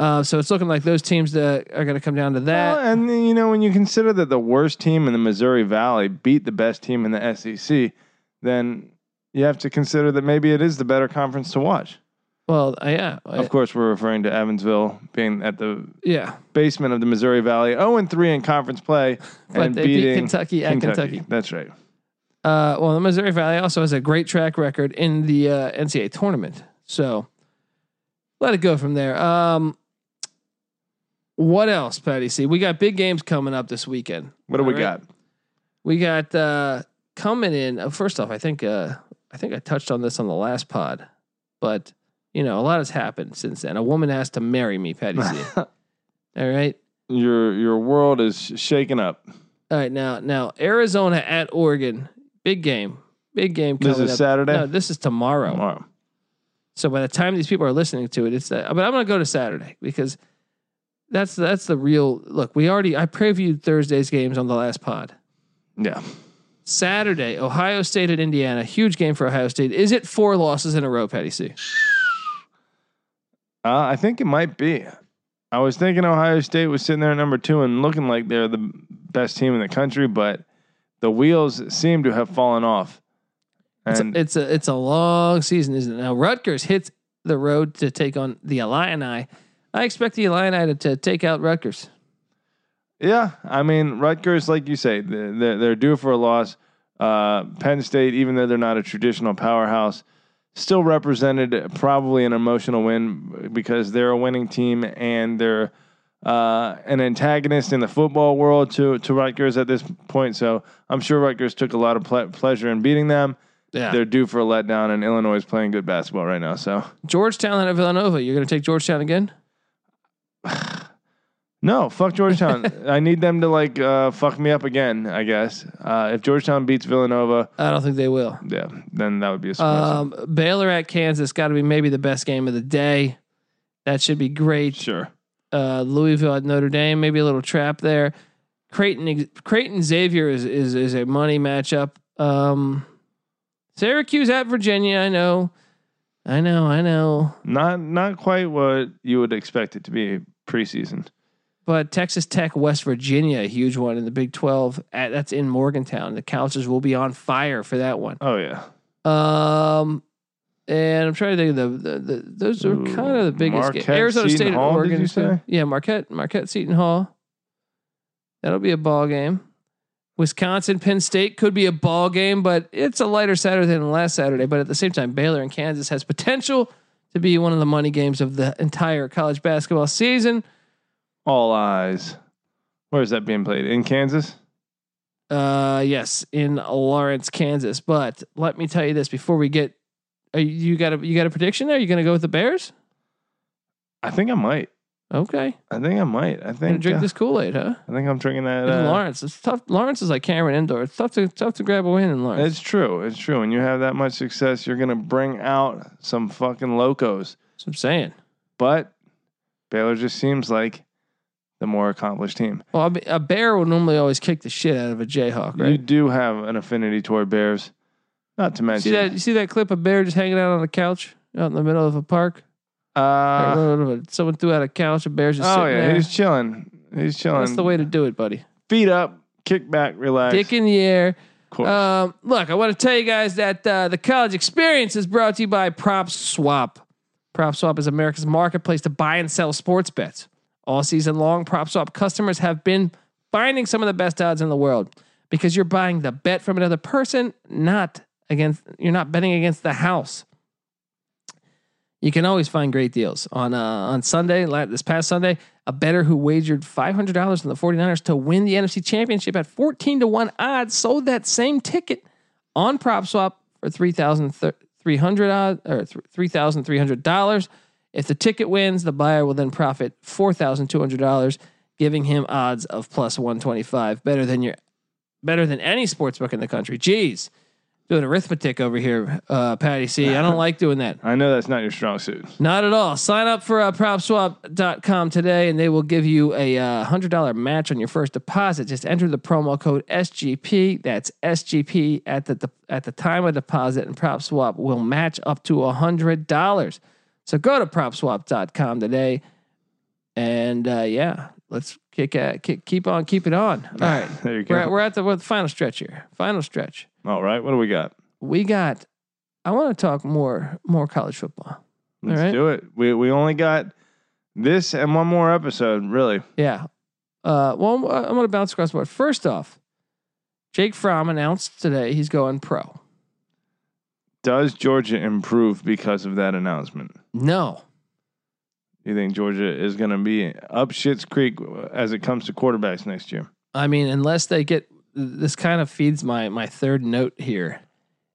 Speaker 1: uh, so it's looking like those teams that are going to come down to
Speaker 2: Well,
Speaker 1: that.
Speaker 2: and then, you know, when you consider that the worst team in the Missouri Valley beat the best team in the SEC, then you have to consider that maybe it is the better conference to watch.
Speaker 1: Well, uh, yeah,
Speaker 2: Of
Speaker 1: uh,
Speaker 2: course, we're referring to Evansville being at the
Speaker 1: yeah,
Speaker 2: basement of the Missouri Valley, 0 and 3 in conference play,
Speaker 1: but
Speaker 2: and
Speaker 1: they beat
Speaker 2: beating
Speaker 1: Kentucky at Kentucky.
Speaker 2: That's right.
Speaker 1: Uh, well, the Missouri Valley also has a great track record in the uh, NCAA tournament, so let it go from there. Um, what else, Patty C? We got big games coming up this weekend.
Speaker 2: What do we
Speaker 1: All right.
Speaker 2: got?
Speaker 1: We got uh coming in. Uh, first off, I think uh I think I touched on this on the last pod, but you know, a lot has happened since then. A woman asked to marry me, Patty C. All right.
Speaker 2: Your your world is shaken up.
Speaker 1: All right, now now Arizona at Oregon. Big game. Big game coming
Speaker 2: This is
Speaker 1: up.
Speaker 2: Saturday.
Speaker 1: No, this is tomorrow.
Speaker 2: Tomorrow.
Speaker 1: So by the time these people are listening to it, it's that. But I'm going to go to Saturday because that's that's the real look. We already I previewed Thursday's games on the last pod.
Speaker 2: Yeah.
Speaker 1: Saturday, Ohio State at Indiana. Huge game for Ohio State. Is it four losses in a row, Patty C?
Speaker 2: Uh, I think it might be. I was thinking Ohio State was sitting there at number two and looking like they're the best team in the country, but the wheels seem to have fallen off.
Speaker 1: It's
Speaker 2: And
Speaker 1: a, it's a it's a long season, isn't it? Now Rutgers hits the road to take on the Illini. I expect the Illini to, to take out Rutgers.
Speaker 2: yeah, I mean Rutgers, like you say, they're they're, they're due for a loss. Uh, Penn State, even though they're not a traditional powerhouse, still represented probably an emotional win because they're a winning team and they're uh, an antagonist in the football world to to Rutgers at this point. So I'm sure Rutgers took a lot of ple- pleasure in beating them.
Speaker 1: Yeah.
Speaker 2: They're due for a letdown, and Illinois is playing good basketball right now. So
Speaker 1: Georgetown at Villanova. You're going to take Georgetown again?
Speaker 2: no, fuck Georgetown. I need them to like uh, fuck me up again. I guess uh, if Georgetown beats Villanova,
Speaker 1: I don't think they will.
Speaker 2: yeah, then that would be a surprise.
Speaker 1: Um, Baylor at Kansas got to be maybe the best game of the day. That should be great.
Speaker 2: sure.
Speaker 1: uh, Louisville at Notre Dame, maybe a little trap there. Creighton Creighton Xavier is is is a money matchup. Um, Syracuse at Virginia, I know, I know, I know.
Speaker 2: Not not quite what you would expect it to be preseason.
Speaker 1: But Texas Tech, West Virginia, a huge one in the Big 12. At, that's in Morgantown. The couches will be on fire for that one.
Speaker 2: Oh yeah,
Speaker 1: Um, and I'm trying to think of the, the, the those are
Speaker 2: Ooh,
Speaker 1: kind of the biggest games.
Speaker 2: Marquette,
Speaker 1: Arizona
Speaker 2: Seton
Speaker 1: State, and
Speaker 2: Hall, did
Speaker 1: Oregon.
Speaker 2: you
Speaker 1: State.
Speaker 2: say?
Speaker 1: Yeah, Marquette, Marquette, Seton Hall. That'll be a ball game. Wisconsin, Penn State could be a ball game, but it's a lighter Saturday than last Saturday. But at the same time, Baylor and Kansas has potential to be one of the money games of the entire college basketball season.
Speaker 2: all eyes. Where is that being played? In Kansas?
Speaker 1: Uh, yes, in Lawrence, Kansas. But let me tell you this before we get, are you you got a you got a prediction there? You gonna go with the Bears?
Speaker 2: I think I might.
Speaker 1: Okay.
Speaker 2: I think I might. I
Speaker 1: Gonna
Speaker 2: think.
Speaker 1: drink
Speaker 2: uh,
Speaker 1: this Kool Aid, huh?
Speaker 2: I think I'm drinking that.
Speaker 1: In
Speaker 2: Uh,
Speaker 1: Lawrence, it's tough. Lawrence is like Cameron Indoor. It's tough to tough to grab a win in Lawrence.
Speaker 2: it's true. It's true. When you have that much success, you're gonna bring out some fucking locos.
Speaker 1: That's what I'm saying.
Speaker 2: But Baylor just seems like the more accomplished team.
Speaker 1: Well, I mean, a bear would normally always kick the shit out of a Jayhawk,
Speaker 2: You
Speaker 1: right?
Speaker 2: do have an affinity toward Bears. Not to
Speaker 1: see
Speaker 2: mention,
Speaker 1: that? You see that clip of bear just hanging out on a couch out in the middle of a park?
Speaker 2: uh,
Speaker 1: Someone threw out a couch. A bear's just
Speaker 2: oh
Speaker 1: sitting
Speaker 2: yeah,
Speaker 1: there.
Speaker 2: he's chilling. He's chilling.
Speaker 1: That's the way to do it, buddy.
Speaker 2: Feet up, kick back, relax.
Speaker 1: Dick in the air.
Speaker 2: of course.
Speaker 1: Um, look, I want to tell you guys that uh, the college experience is brought to you by Prop Swap. Prop Swap is America's marketplace to buy and sell sports bets. All season long, Prop Swap customers have been finding some of the best odds in the world because you're buying the bet from another person, not against you're not betting against the house. You can always find great deals on uh, on Sunday. la- This past Sunday, a bettor who wagered five hundred dollars on the 49ers to win the NFC Championship at fourteen to one odds sold that same ticket on PropSwap for three thousand three hundred odds or three thousand three hundred dollars. If the ticket wins, the buyer will then profit four thousand two hundred dollars, giving him odds of plus one twenty five. Better than your, better than any sports book in the country. Jeez, doing arithmetic over here, uh, Patty C. I don't like doing that.
Speaker 2: I know that's not your strong suit.
Speaker 1: Not at all. Sign up for uh, propswap.com today and they will give you a uh, $100 match on your first deposit. Just enter the promo code SGP. That's SGP at the, at the time of deposit and PropSwap will match up to $100. So go to propswap.com today and uh, yeah, let's kick, uh, kick keep on keep it on. All right.
Speaker 2: There you go.
Speaker 1: We're at, we're at the, we're at the final stretch here. Final stretch.
Speaker 2: All right, what do we got?
Speaker 1: We got I want to talk more more college football.
Speaker 2: Let's
Speaker 1: right.
Speaker 2: do it. We we only got this and one more episode, really.
Speaker 1: Yeah. Uh, well, I'm, I'm going to bounce across the board. First off, Jake Fromm announced today he's going pro.
Speaker 2: Does Georgia improve because of that announcement?
Speaker 1: No.
Speaker 2: You think Georgia is going to be up shit's creek as it comes to quarterbacks next year?
Speaker 1: I mean, unless they get this kind of feeds my, my third note here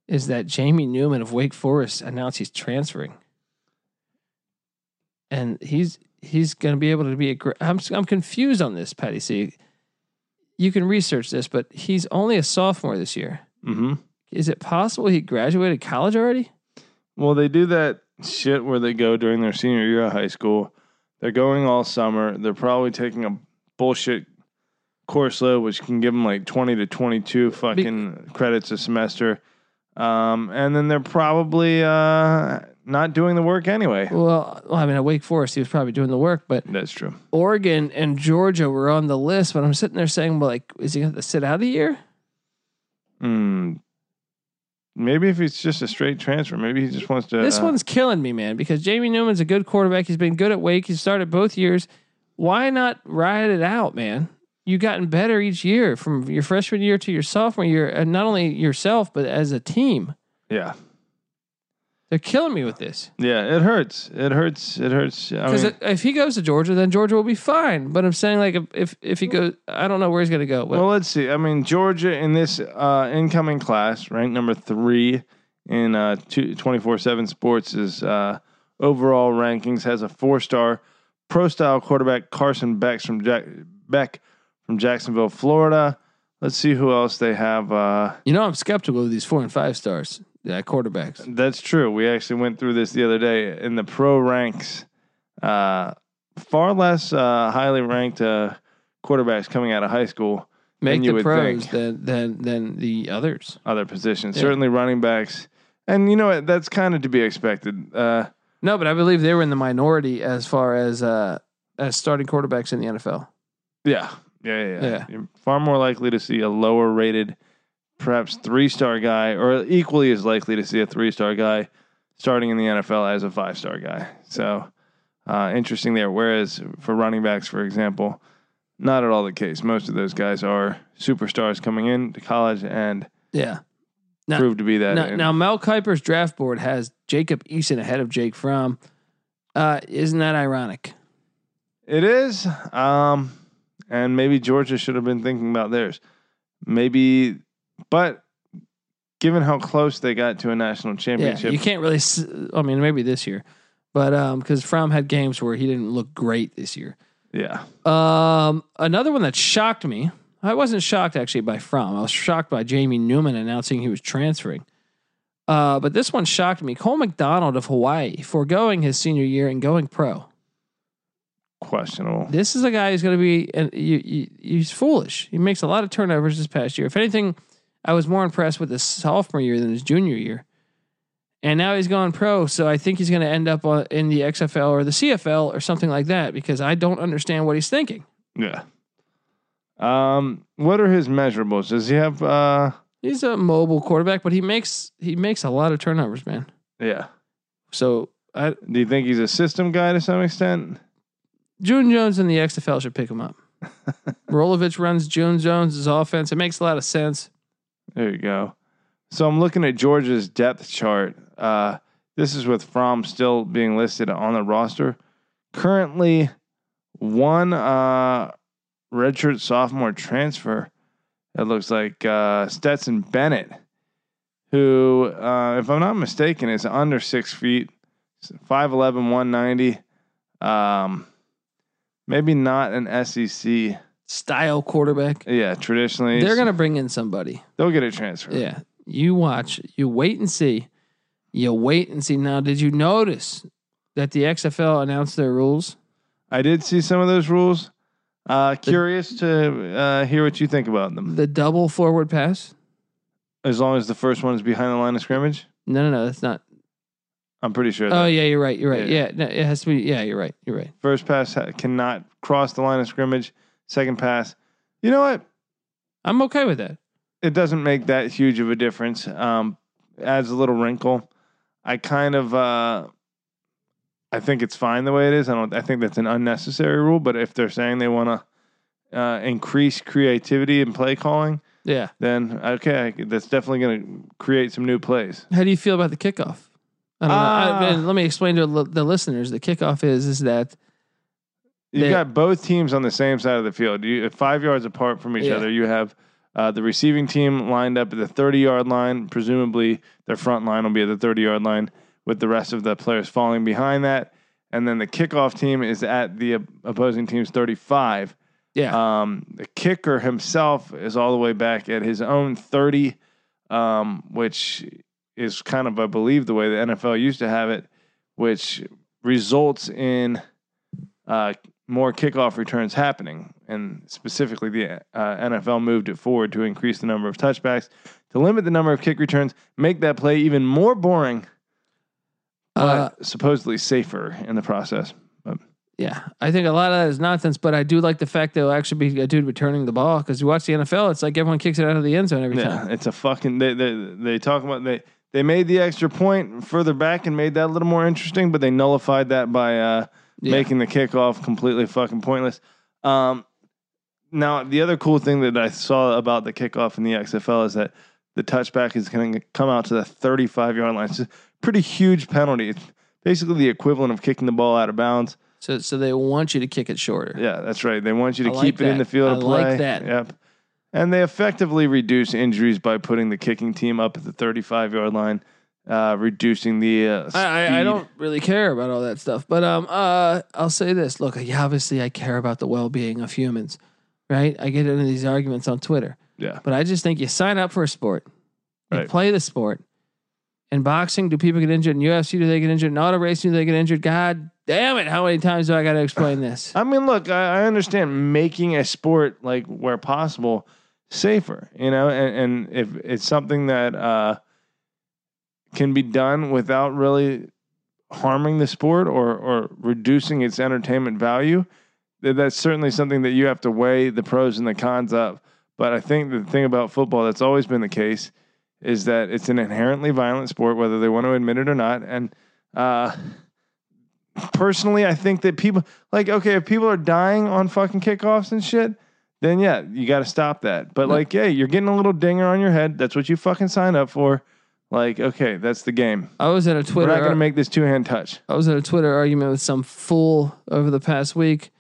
Speaker 1: is that Jamie Newman of Wake Forest announced he's transferring. And he's he's going to be able to be a gr- I'm s- I'm confused on this, Patty C. You can research this, but he's only a sophomore this year.
Speaker 2: Mm-hmm.
Speaker 1: Is it possible he graduated college already?
Speaker 2: Well, they do that shit where they go during their senior year of high school. They're going all summer. They're probably taking a bullshit course load, which can give them like 20 to 22 fucking credits a semester. Um, and then they're probably uh, not doing the work anyway.
Speaker 1: Well, well, I mean, at Wake Forest, he was probably doing the work, but
Speaker 2: That's true.
Speaker 1: Oregon and Georgia were on the list. But I'm sitting there saying, well, like, is he going to sit out a year?
Speaker 2: Mm. Maybe if it's just a straight transfer, maybe he just wants to.
Speaker 1: This
Speaker 2: uh,
Speaker 1: one's killing me, man, because Jamie Newman's a good quarterback. He's been good at Wake. He started both years. Why not ride it out, man? You've gotten better each year from your freshman year to your sophomore year, and not only yourself, but as a team.
Speaker 2: Yeah.
Speaker 1: They're killing me with this.
Speaker 2: Yeah. It hurts. It hurts. It hurts. I
Speaker 1: Because
Speaker 2: mean,
Speaker 1: if he goes to Georgia, then Georgia will be fine. But I'm saying, like, if if, if he goes, I don't know where he's going to go. But
Speaker 2: Well, let's see. I mean, Georgia in this uh, incoming class, ranked number three in uh, 24 7 sports, is uh, overall rankings, has a four star pro style quarterback, Carson Beck from, Jack- Beck from Jacksonville, Florida. Let's see who else they have. Uh,
Speaker 1: you know, I'm skeptical of these four and five stars uh, quarterbacks.
Speaker 2: that's true. We actually went through this the other day in the pro ranks. Uh, far less uh, highly ranked uh, quarterbacks coming out of high school.
Speaker 1: make
Speaker 2: than you
Speaker 1: the
Speaker 2: would
Speaker 1: pros
Speaker 2: think.
Speaker 1: than than than the others.
Speaker 2: other positions.
Speaker 1: Yeah.
Speaker 2: Certainly running backs, and you know what? That's kind of to be expected. Uh,
Speaker 1: No, but I believe they were in the minority as far as uh, as starting quarterbacks in the NFL.
Speaker 2: Yeah. Yeah, yeah, yeah.
Speaker 1: Yeah.
Speaker 2: You're far more likely to see a lower rated, perhaps three star guy, or equally as likely to see a three star guy starting in the NFL as a five star guy. So uh, interesting there. Whereas for running backs, for example, not at all the case. Most of those guys are superstars coming in to college and
Speaker 1: Yeah. Now-
Speaker 2: prove to be that.
Speaker 1: Now,
Speaker 2: And-
Speaker 1: now Mel Kiper's draft board has Jacob Eason ahead of Jake Fromm. Uh, isn't that ironic?
Speaker 2: It is. Um, and maybe Georgia should have been thinking about theirs. Maybe, but given how close they got to a national
Speaker 1: Yeah,
Speaker 2: championship,
Speaker 1: you can't really. s- I mean, maybe this year, but um, because Fromm had games where he didn't look great this year.
Speaker 2: yeah,
Speaker 1: Um, another one that shocked me. I wasn't shocked actually by Fromm. I was shocked by Jamie Newman announcing he was transferring. Uh, but this one shocked me. Cole McDonald of Hawaii foregoing his senior year and going pro.
Speaker 2: questionable.
Speaker 1: This is a guy who's going to be, and you, you, he's foolish. He makes a lot of turnovers this past year. If anything, I was more impressed with his sophomore year than his junior year. And now he's gone pro, so I think he's going to end up uh, in the XFL or the CFL or something like that because I don't understand what he's thinking.
Speaker 2: Yeah. Um, what are his measurables? Does he have? Uh,
Speaker 1: He's a mobile quarterback, but he makes he makes a lot of turnovers, man.
Speaker 2: yeah.
Speaker 1: So I,
Speaker 2: Do you think he's a system guy to some extent?
Speaker 1: June Jones and the XFL should pick him up. Rolovich runs June Jones' offense. It makes a lot of sense.
Speaker 2: There you go. So I'm looking at Georgia's depth chart. Uh, this is with Fromm still being listed on the roster. Currently, one uh, redshirt sophomore transfer. It looks like uh, Stetson Bennett, who, uh, if I'm not mistaken, is under six feet, 5'11, 190. Um, maybe not an SEC.
Speaker 1: Style quarterback.
Speaker 2: Yeah, traditionally.
Speaker 1: They're gonna bring in somebody.
Speaker 2: They'll get a transfer.
Speaker 1: Yeah. You watch. You wait and see. You wait and see. Now, did you notice that the XFL announced their rules?
Speaker 2: I did see some of those rules. Uh, curious to uh, hear what you think about them.
Speaker 1: The double forward pass?
Speaker 2: As long as the first one is behind the line of scrimmage,
Speaker 1: No, no, no. That's not.
Speaker 2: I'm pretty sure
Speaker 1: Oh
Speaker 2: that
Speaker 1: yeah, you're right. You're right.
Speaker 2: Yeah.
Speaker 1: Yeah, no, it has to be. Yeah, you're right. You're right.
Speaker 2: first pass ha- cannot cross the line of scrimmage. Second pass, you know what?
Speaker 1: I'm okay with that.
Speaker 2: It doesn't make that huge of a difference. Um, adds a little wrinkle. I kind of, uh, I think it's fine the way it is. I don't. I think that's an unnecessary rule. But if they're saying they want to uh, increase creativity in play calling,
Speaker 1: Yeah.
Speaker 2: then okay, I- that's definitely going to create some new plays.
Speaker 1: How do you feel about the kickoff? I don't know. I,
Speaker 2: Ah.
Speaker 1: and let me explain to li- the listeners. The kickoff is is that
Speaker 2: You
Speaker 1: Yeah.
Speaker 2: got both teams on the same side of the field. You five yards apart from each
Speaker 1: Yeah.
Speaker 2: other. You have uh, the receiving team lined up at the thirty yard line. Presumably, their front line will be at the thirty yard line, with the rest of the players falling behind that. And then the kickoff team is at the op- opposing team's thirty five.
Speaker 1: yeah
Speaker 2: Um, the kicker himself is all the way back at his own 30, um, which is kind of, I believe, the way the NFL used to have it, which results in uh, more kickoff returns happening. And specifically, the uh, NFL moved it forward to increase the number of touchbacks, to limit the number of kick returns, make that play even more boring,
Speaker 1: uh,
Speaker 2: but supposedly safer in the process.
Speaker 1: yeah. I think a lot of that is nonsense, but I do like the fact that it'll actually be a dude returning the ball because you watch the NFL, it's like everyone kicks it out of the end zone every
Speaker 2: Yeah,
Speaker 1: time.
Speaker 2: it's a fucking. They, they they talk about they they made the extra point further back and made that a little more interesting, but they nullified that by uh,
Speaker 1: Yeah.
Speaker 2: making the kickoff completely fucking pointless. Um, now the other cool thing that I saw about the kickoff in the XFL is that the touchback is going to come out to the 35 yard line. It's a pretty huge penalty. It's basically the equivalent of kicking the ball out of bounds.
Speaker 1: So so they want you to kick it shorter.
Speaker 2: Yeah, that's right. They want you to
Speaker 1: I
Speaker 2: keep
Speaker 1: like
Speaker 2: it in
Speaker 1: that.
Speaker 2: the field of
Speaker 1: I
Speaker 2: play.
Speaker 1: like that.
Speaker 2: Yep. And they effectively reduce injuries by putting the kicking team up at the 35 yard line, uh, reducing the. Uh,
Speaker 1: I, I, I
Speaker 2: speed.
Speaker 1: don't really care about all that stuff, but um, uh, I'll say this: Look, I- obviously, I care about the well-being of humans, right? I get into these arguments on Twitter,
Speaker 2: Yeah.
Speaker 1: but I just think you sign up for a sport, you
Speaker 2: Right.
Speaker 1: play the sport. In boxing, do people get injured? In UFC, do they get injured? In auto racing, do they get injured? God damn it! How many times do I got to explain this?
Speaker 2: I mean, look, I, I understand making a sport like where possible safer, you know, and, and if it's something that uh, can be done without really harming the sport or or reducing its entertainment value, Th- That's certainly something that you have to weigh the pros and the cons of. But I think the thing about football that's always been the case is that it's an inherently violent sport, whether they want to admit it or not. And uh, personally, I think that people like okay, if people are dying on fucking kickoffs and shit, then yeah, you got to stop that. But
Speaker 1: Yeah.
Speaker 2: like, hey, you're getting a little dinger on your head. That's what you fucking sign up for. Like, okay, that's the game.
Speaker 1: I was in a
Speaker 2: We're
Speaker 1: Twitter.
Speaker 2: not gonna make this two hand touch.
Speaker 1: I was in a Twitter argument with some fool over the past week,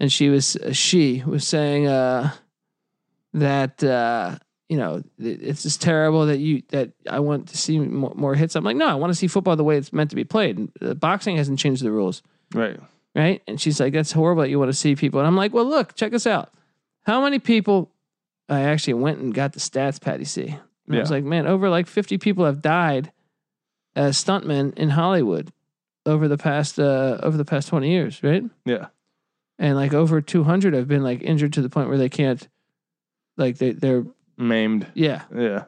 Speaker 1: and she was uh, she was saying uh, that uh, you know it- it's just terrible that you that I want to see more, more hits. I'm like, no, I want to see football the way it's meant to be played. And, uh, Boxing hasn't changed the rules,
Speaker 2: Right.
Speaker 1: right? And she's like, that's horrible that you want to see people. And I'm like, well, look, check us out. How many people? I actually went and got the stats, Patty C. And I
Speaker 2: Yeah.
Speaker 1: was like, man, over like 50 people have died as stuntmen in Hollywood over the past uh, over the past 20 years, right?
Speaker 2: Yeah.
Speaker 1: And like over 200 have been like injured to the point where they can't, like they they're
Speaker 2: Maimed.
Speaker 1: yeah.
Speaker 2: Yeah.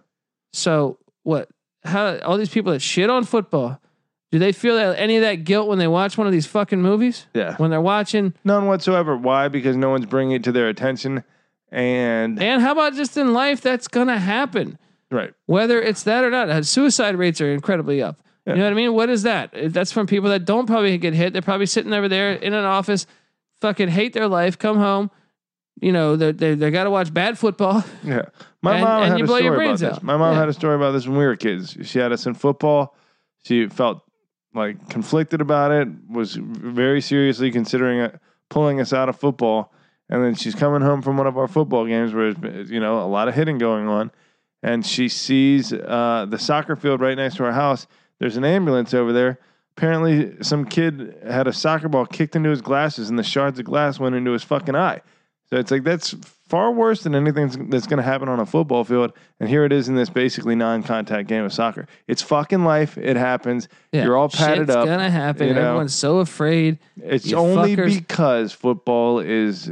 Speaker 1: So what? How all these people that shit on football? Do they feel that any of that guilt when they watch one of these fucking movies?
Speaker 2: Yeah.
Speaker 1: When they're watching
Speaker 2: None whatsoever. Why? Because no one's bringing it to their attention. And
Speaker 1: And how about just in life? That's gonna happen,
Speaker 2: right.
Speaker 1: whether it's that or not. Uh, Suicide rates are incredibly up.
Speaker 2: Yeah.
Speaker 1: You know what I mean? What is that? Uh, That's from people that don't probably get hit. They're probably sitting over there in an office, fucking hate their life, come home. You know, they they they got to watch bad football.
Speaker 2: Yeah. My
Speaker 1: And-
Speaker 2: mom
Speaker 1: and
Speaker 2: had
Speaker 1: you
Speaker 2: a
Speaker 1: blow
Speaker 2: story
Speaker 1: your
Speaker 2: about
Speaker 1: brains
Speaker 2: this.
Speaker 1: out.
Speaker 2: My mom
Speaker 1: Yeah.
Speaker 2: had a story about this when we were kids. She had us in football. She felt like conflicted about it, was very seriously considering it, pulling us out of football. And then she's coming home from one of our football games where, there's, you know, a lot of hitting going on. And she sees uh, the soccer field right next to our house. There's an ambulance over there. Apparently, some kid had a soccer ball kicked into his glasses, and the shards of glass went into his fucking eye. So it's like that's far worse than anything that's- that's going to happen on a football field. And here it is in this basically non-contact game of soccer. It's fucking life. It happens.
Speaker 1: Yeah.
Speaker 2: You're all padded
Speaker 1: Shit's
Speaker 2: up.
Speaker 1: Gonna happen.
Speaker 2: you know.
Speaker 1: Everyone's so afraid.
Speaker 2: It's
Speaker 1: You
Speaker 2: only
Speaker 1: fuckers.
Speaker 2: because football is,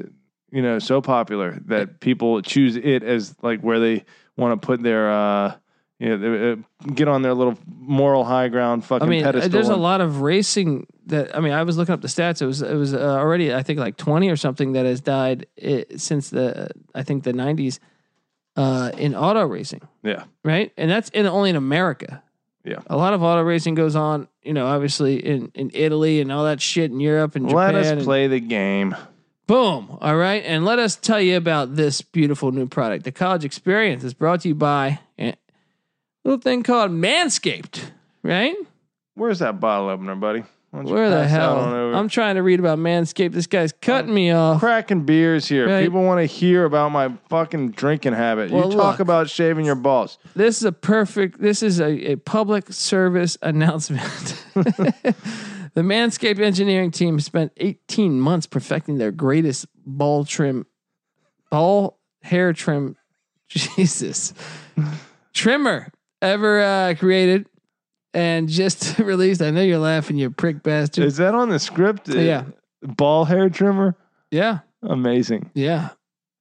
Speaker 2: you know, so popular that people choose it as like where they want to put their, uh, you know, they, uh, get on their little moral high ground fucking
Speaker 1: I mean, uh,
Speaker 2: pedestal.
Speaker 1: there's a
Speaker 2: and-
Speaker 1: lot of racing that I mean, I was looking up the stats. It was it was uh, already I think like 20 or something that has died uh since the I think the 90s uh, in auto racing.
Speaker 2: Yeah.
Speaker 1: right? And that's in only in America.
Speaker 2: Yeah.
Speaker 1: a lot of auto racing goes on, you know, obviously in in Italy and all that shit in Europe and
Speaker 2: Let
Speaker 1: Japan.
Speaker 2: us
Speaker 1: and-
Speaker 2: play the game.
Speaker 1: boom, all right, and let us tell you about this beautiful new product. The College Experience is brought to you by a little thing called Manscaped, right?
Speaker 2: Where's that bottle opener, buddy? Why don't you
Speaker 1: Where the
Speaker 2: pass that
Speaker 1: hell?
Speaker 2: on over?
Speaker 1: I'm trying to read about Manscaped. This guy's cutting me off.
Speaker 2: cracking beers here.
Speaker 1: Right.
Speaker 2: People want to hear about my fucking drinking habit.
Speaker 1: Well,
Speaker 2: you talk
Speaker 1: look.
Speaker 2: about shaving your balls.
Speaker 1: This is a perfect. This is a, a public service announcement. the Manscaped engineering team spent 18 months perfecting their greatest ball trim, ball hair trim, Jesus, trimmer ever uh, created, and just released. I know you're laughing, you prick bastard.
Speaker 2: Is that on the script?
Speaker 1: yeah,
Speaker 2: Ball hair trimmer?
Speaker 1: yeah,
Speaker 2: Amazing.
Speaker 1: yeah.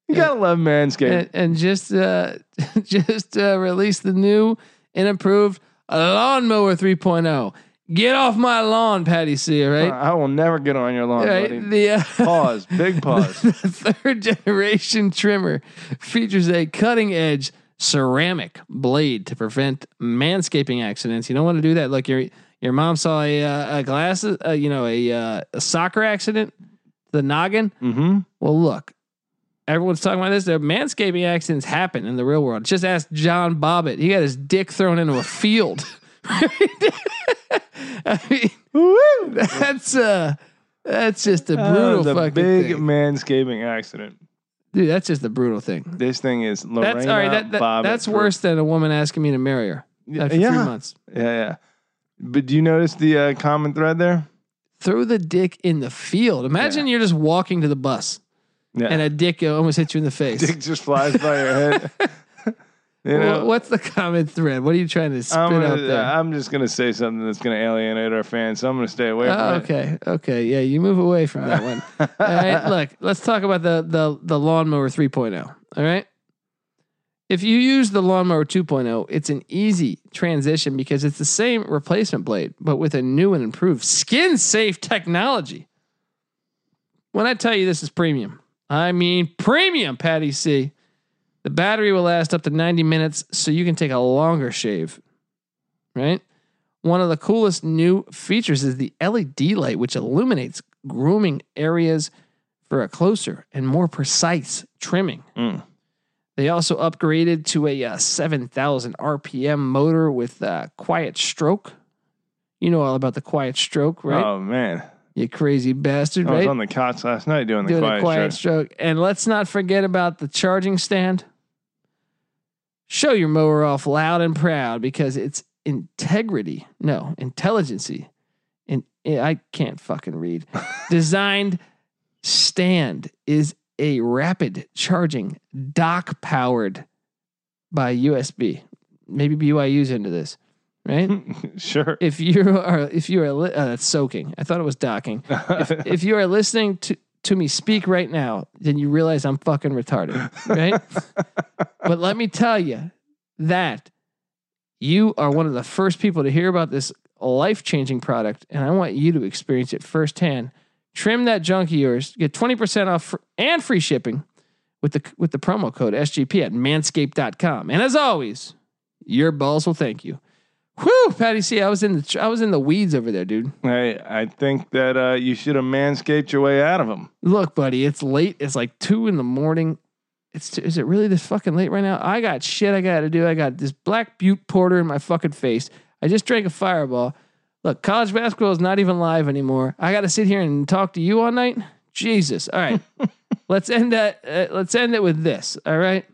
Speaker 2: You gotta love Manscaped.
Speaker 1: and, and just uh, just uh, release the new and improved lawnmower 3.0. Get off my lawn, Patty C. all Right,
Speaker 2: I will never get on your lawn, buddy.
Speaker 1: right. The, uh,
Speaker 2: Pause. Big pause.
Speaker 1: the third generation trimmer features a cutting edge ceramic blade to prevent manscaping accidents. You don't want to do that. Like your your mom saw a uh, a glass, uh, you know, a uh, a soccer accident, the noggin.
Speaker 2: mm-hmm.
Speaker 1: Well, look, everyone's talking about this. Their manscaping accidents happen in the real world. Just ask John Bobbitt. He got his dick thrown into a field. I mean, that's uh, that's just a brutal
Speaker 2: Uh, the
Speaker 1: fucking
Speaker 2: big
Speaker 1: thing,
Speaker 2: manscaping accident.
Speaker 1: dude. That's just the brutal thing.
Speaker 2: This thing is Lorena
Speaker 1: That's all right. That, that-
Speaker 2: Bobbitt
Speaker 1: that's
Speaker 2: for-
Speaker 1: worse than a woman asking me to marry her
Speaker 2: Yeah,
Speaker 1: after
Speaker 2: yeah,
Speaker 1: three months.
Speaker 2: yeah. But do you notice the uh, common thread there?
Speaker 1: Throw the dick in the field. Imagine you're just walking to the bus
Speaker 2: Yeah.
Speaker 1: and a dick almost hits you in the face.
Speaker 2: dick just flies by your head. you
Speaker 1: Wha-
Speaker 2: know,
Speaker 1: What's the common thread? What are you trying to spit
Speaker 2: I'm,
Speaker 1: out
Speaker 2: gonna, uh,
Speaker 1: there?
Speaker 2: I'm just gonna say something that's gonna alienate our fans, so I'm gonna stay away from
Speaker 1: Oh,
Speaker 2: it.
Speaker 1: okay. Okay. Yeah, you move away from that one. All right. Look, let's talk about the the the lawnmower 3.0. All right. If you use the lawnmower 2.0, it's an easy transition because it's the same replacement blade, but with a new and improved skin safe technology. When I tell you this is premium, I mean premium, Patty C. The battery will last up to 90 minutes, so you can take a longer shave, right? One of the coolest new features is the LED light, which illuminates grooming areas for a closer and more precise trimming.
Speaker 2: Mm.
Speaker 1: They also upgraded to a uh, 7,000 RPM motor with uh, quiet stroke. You know all about the quiet stroke, right?
Speaker 2: Oh man,
Speaker 1: You crazy bastard,
Speaker 2: I was
Speaker 1: right?
Speaker 2: on the cots last night doing the
Speaker 1: Doing
Speaker 2: quiet,
Speaker 1: a quiet stroke. And let's not forget about the charging stand. Show your mower off loud and proud because it's integrity, no, intelligency. And I can't fucking read. Designed stand is a rapid charging dock powered by USB. Maybe BYU's into this, right?
Speaker 2: stroke. sure.
Speaker 1: if you are if you are li- uh, that's soaking i thought it was docking if you are listening to to me speak right now then you realize i'm fucking retarded right but let me tell you that you are one of the first people to hear about this life-changing product and i want you to experience it firsthand trim that junk of yours get 20% off fr- and free shipping with the with the promo code sgp at manscaped.com and as always your balls will thank you Whew, Patty C, I was in the tr- I was in the weeds over there, dude.
Speaker 2: hey, I think that uh, you should have manscaped your way out of them.
Speaker 1: Look, buddy, it's late. It's like two in the morning. It's t- is it really this fucking late right now? I got shit I got to do. I got this black butte porter in my fucking face. I just drank a fireball. Look, college basketball is not even live anymore. I got to sit here and talk to you all night. Jesus. All right, let's end that. Uh, let's end it with this. All right,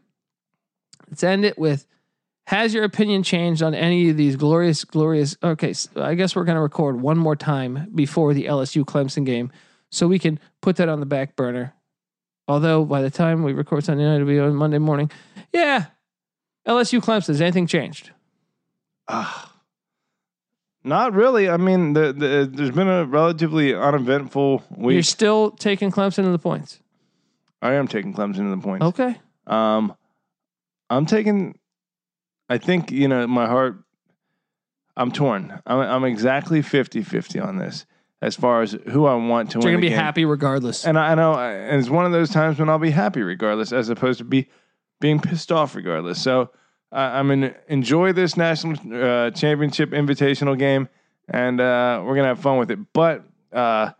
Speaker 1: let's end it with. Has your opinion changed on any of these glorious, glorious? Okay, so I guess we're going to record one more time before the LSU Clemson game so we can put that on the back burner. Although by the time we record Sunday night, it'll be on Monday morning. Yeah, LSU Clemson. Has anything changed?
Speaker 2: Uh, not really. I mean, the, the, there's been a relatively uneventful week.
Speaker 1: You're still taking Clemson to the points.
Speaker 2: I am taking Clemson to the points.
Speaker 1: Okay.
Speaker 2: Um, I'm taking. I think you know my heart. I'm torn. I'm, I'm exactly 50-50 on this as far as who I want to
Speaker 1: You're
Speaker 2: win.
Speaker 1: gonna
Speaker 2: the
Speaker 1: be
Speaker 2: game.
Speaker 1: happy regardless.
Speaker 2: and I, I know, I- and it's one of those times when I'll be happy regardless, as opposed to be being pissed off regardless. So I I'm gonna enjoy this national uh, championship invitational game, and uh, we're gonna have fun with it. But uh,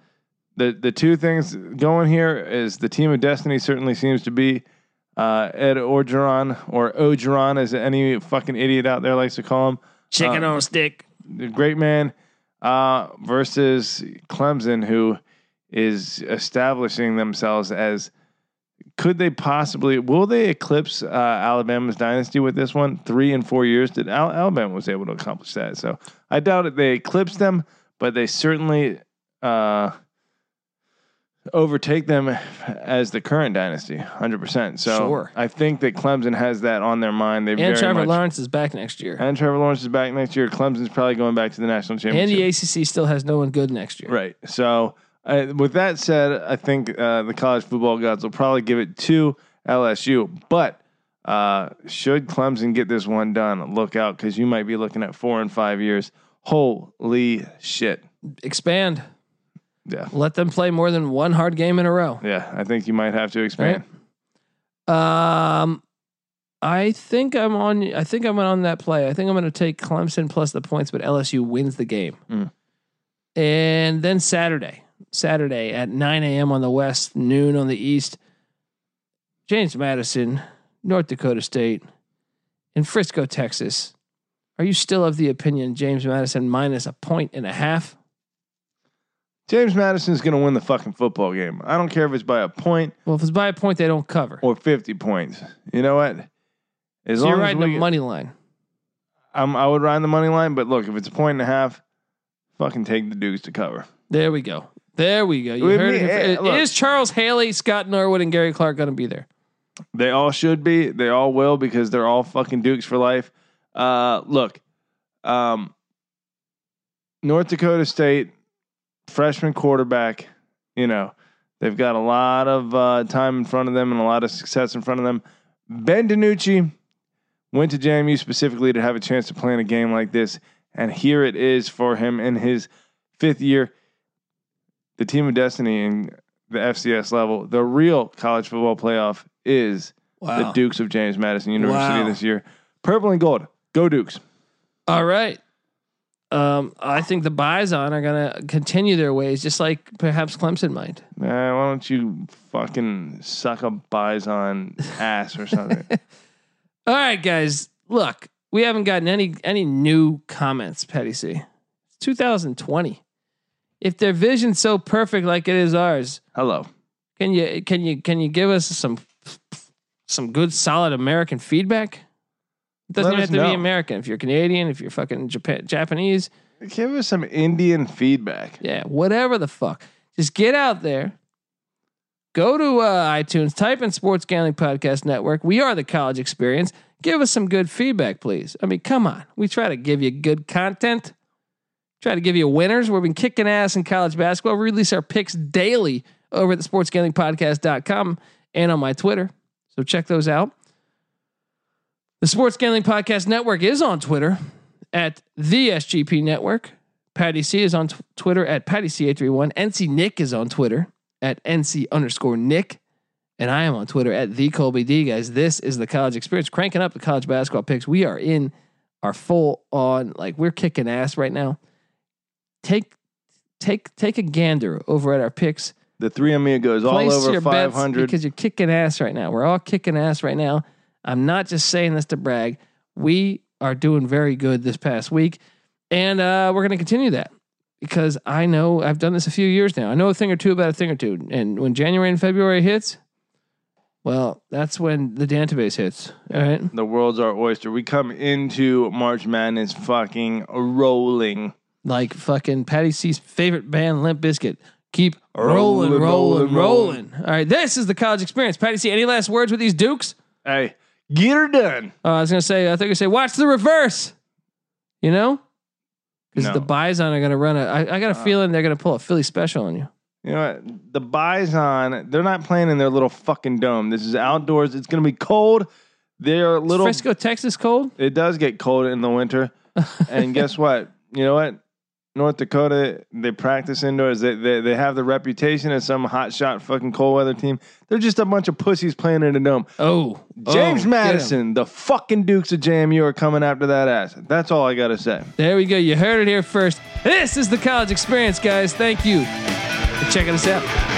Speaker 2: the the two things going here is the team of destiny certainly seems to be uh, Ed Orgeron or Ogeron, as any fucking idiot out there likes to call him
Speaker 1: Chicken
Speaker 2: uh,
Speaker 1: on a stick.
Speaker 2: the great man uh, versus Clemson, who is establishing themselves as could they possibly will they eclipse uh, Alabama's dynasty with this one? Three and four years did Al- Alabama was able to accomplish that, so I doubt it. They eclipse them, but they certainly uh, overtake them as the current dynasty, hundred percent. So
Speaker 1: Sure.
Speaker 2: I think that Clemson has that on their mind. They
Speaker 1: And
Speaker 2: very
Speaker 1: Trevor
Speaker 2: much,
Speaker 1: Lawrence is back next year.
Speaker 2: and Trevor Lawrence is back next year. Clemson's probably going back to the national championship.
Speaker 1: And the ACC still has no one good next year.
Speaker 2: Right. So, uh, with that said, I think uh, the college football gods will probably give it to LSU. But uh, should Clemson get this one done, look out because you might be looking at four and five years. Holy shit.
Speaker 1: Expand.
Speaker 2: Yeah.
Speaker 1: Let them play more than one hard game in a row.
Speaker 2: Yeah. I think you might have to expand.
Speaker 1: Um, I think I'm on. I think I'm on that play. I think I'm going to take Clemson plus the points, but LSU wins the game.
Speaker 2: Mm.
Speaker 1: And then Saturday, Saturday at 9 a.m. on the west, noon on the east. James Madison, North Dakota State, in Frisco, Texas. Are you still of the opinion James Madison minus a point and a half?
Speaker 2: James Madison's going to win the fucking football game. I don't care if it's by a point
Speaker 1: Well, if it's by a point, they don't cover.
Speaker 2: or 50 points. You know what? As
Speaker 1: So you're
Speaker 2: as
Speaker 1: riding the
Speaker 2: we-
Speaker 1: money line.
Speaker 2: I'm, I would ride the money line, but look, if it's a point and a half, fucking take the Dukes to cover.
Speaker 1: There we go. There we go. You
Speaker 2: With
Speaker 1: heard
Speaker 2: me,
Speaker 1: it. here
Speaker 2: eh,
Speaker 1: fir-
Speaker 2: look.
Speaker 1: Is Charles Haley, Scott Norwood, and Gary Clark going to be there?
Speaker 2: They all should be. They all will because they're all fucking Dukes for life. Uh, look, um, North Dakota State freshman quarterback. You know they've got a lot of uh, time in front of them and a lot of success in front of them. Ben DiNucci went to JMU specifically to have a chance to play in a game like this, and here it is for him in his fifth year. The team of destiny and the FCS level. The real college football playoff is the
Speaker 1: Wow.
Speaker 2: Dukes of James Madison University
Speaker 1: Wow.
Speaker 2: this year. Purple and gold. Go Dukes.
Speaker 1: All right. Um, I think the Bison are going to continue their ways, just like perhaps Clemson might.
Speaker 2: Uh, why don't you fucking suck a bison ass or something?
Speaker 1: All right, guys. Look, we haven't gotten any any new comments, Petty C. It's 2020. If their vision's so perfect like it is ours,
Speaker 2: Hello.
Speaker 1: can you can you can you give us some some good solid American feedback? It doesn't
Speaker 2: Let
Speaker 1: even
Speaker 2: us
Speaker 1: have to be
Speaker 2: know.
Speaker 1: American. If you're Canadian, if you're fucking Japan, Japanese,
Speaker 2: Give us some Indian feedback.
Speaker 1: Yeah, whatever the fuck. Just get out there. Go to uh, iTunes, type in Sports Gambling Podcast Network. We are the college experience. Give us some good feedback, please. I mean, come on. We try to give you good content, try to give you winners. We've been kicking ass in college basketball. We release our picks daily over at the sportsgamblingpodcast.com and on my Twitter. So check those out. The Sports Gambling Podcast Network is on Twitter at the SGP Network. Patty C is on tw- Twitter at Patty C831. NC Nick is on Twitter at NC underscore Nick. And I am on Twitter at the Colby D. Guys, this is the college experience. Cranking up the college basketball picks. We are in our full on, like we're kicking ass right now. Take take take a gander over at our picks
Speaker 2: The three amigos all over
Speaker 1: bets
Speaker 2: 500.
Speaker 1: because you're kicking ass right now. We're all kicking ass right now. I'm not just saying this to brag. We are doing very good this past week, and uh, we're going to continue that because I know I've done this a few years now. I know a thing or two about a thing or two. And when January and February hits, well, that's when the database hits. All right.
Speaker 2: the world's our oyster. We come into March Madness fucking rolling.
Speaker 1: like fucking Patty C's favorite band, Limp Biscuit. Keep rolling, rolling, rolling,
Speaker 2: Rolling, rolling,
Speaker 1: All right, this is the college experience. Patty C, any last words with these Dukes?
Speaker 2: Hey, get her done.
Speaker 1: Uh, I was gonna say, I think I say, watch the reverse. You know, because
Speaker 2: No.
Speaker 1: the Bison are gonna run a. I, I got a feeling they're gonna pull a Philly special on you.
Speaker 2: You know what? The Bison, they're not playing in their little fucking dome. This is outdoors. It's going to be cold. They're
Speaker 1: Is
Speaker 2: little.
Speaker 1: Frisco, Texas, cold.
Speaker 2: It does get cold in the winter. and guess what? You know what? North Dakota, they practice indoors. They, they, they have the reputation as some hotshot fucking cold weather team. They're just a bunch of pussies playing in a dome.
Speaker 1: Oh,
Speaker 2: James
Speaker 1: oh, get 'em.
Speaker 2: Madison, the fucking Dukes of JMU are coming after that ass. That's all I got to say.
Speaker 1: There we go. You heard it here first. This is the college experience, guys. Thank you for checking us out.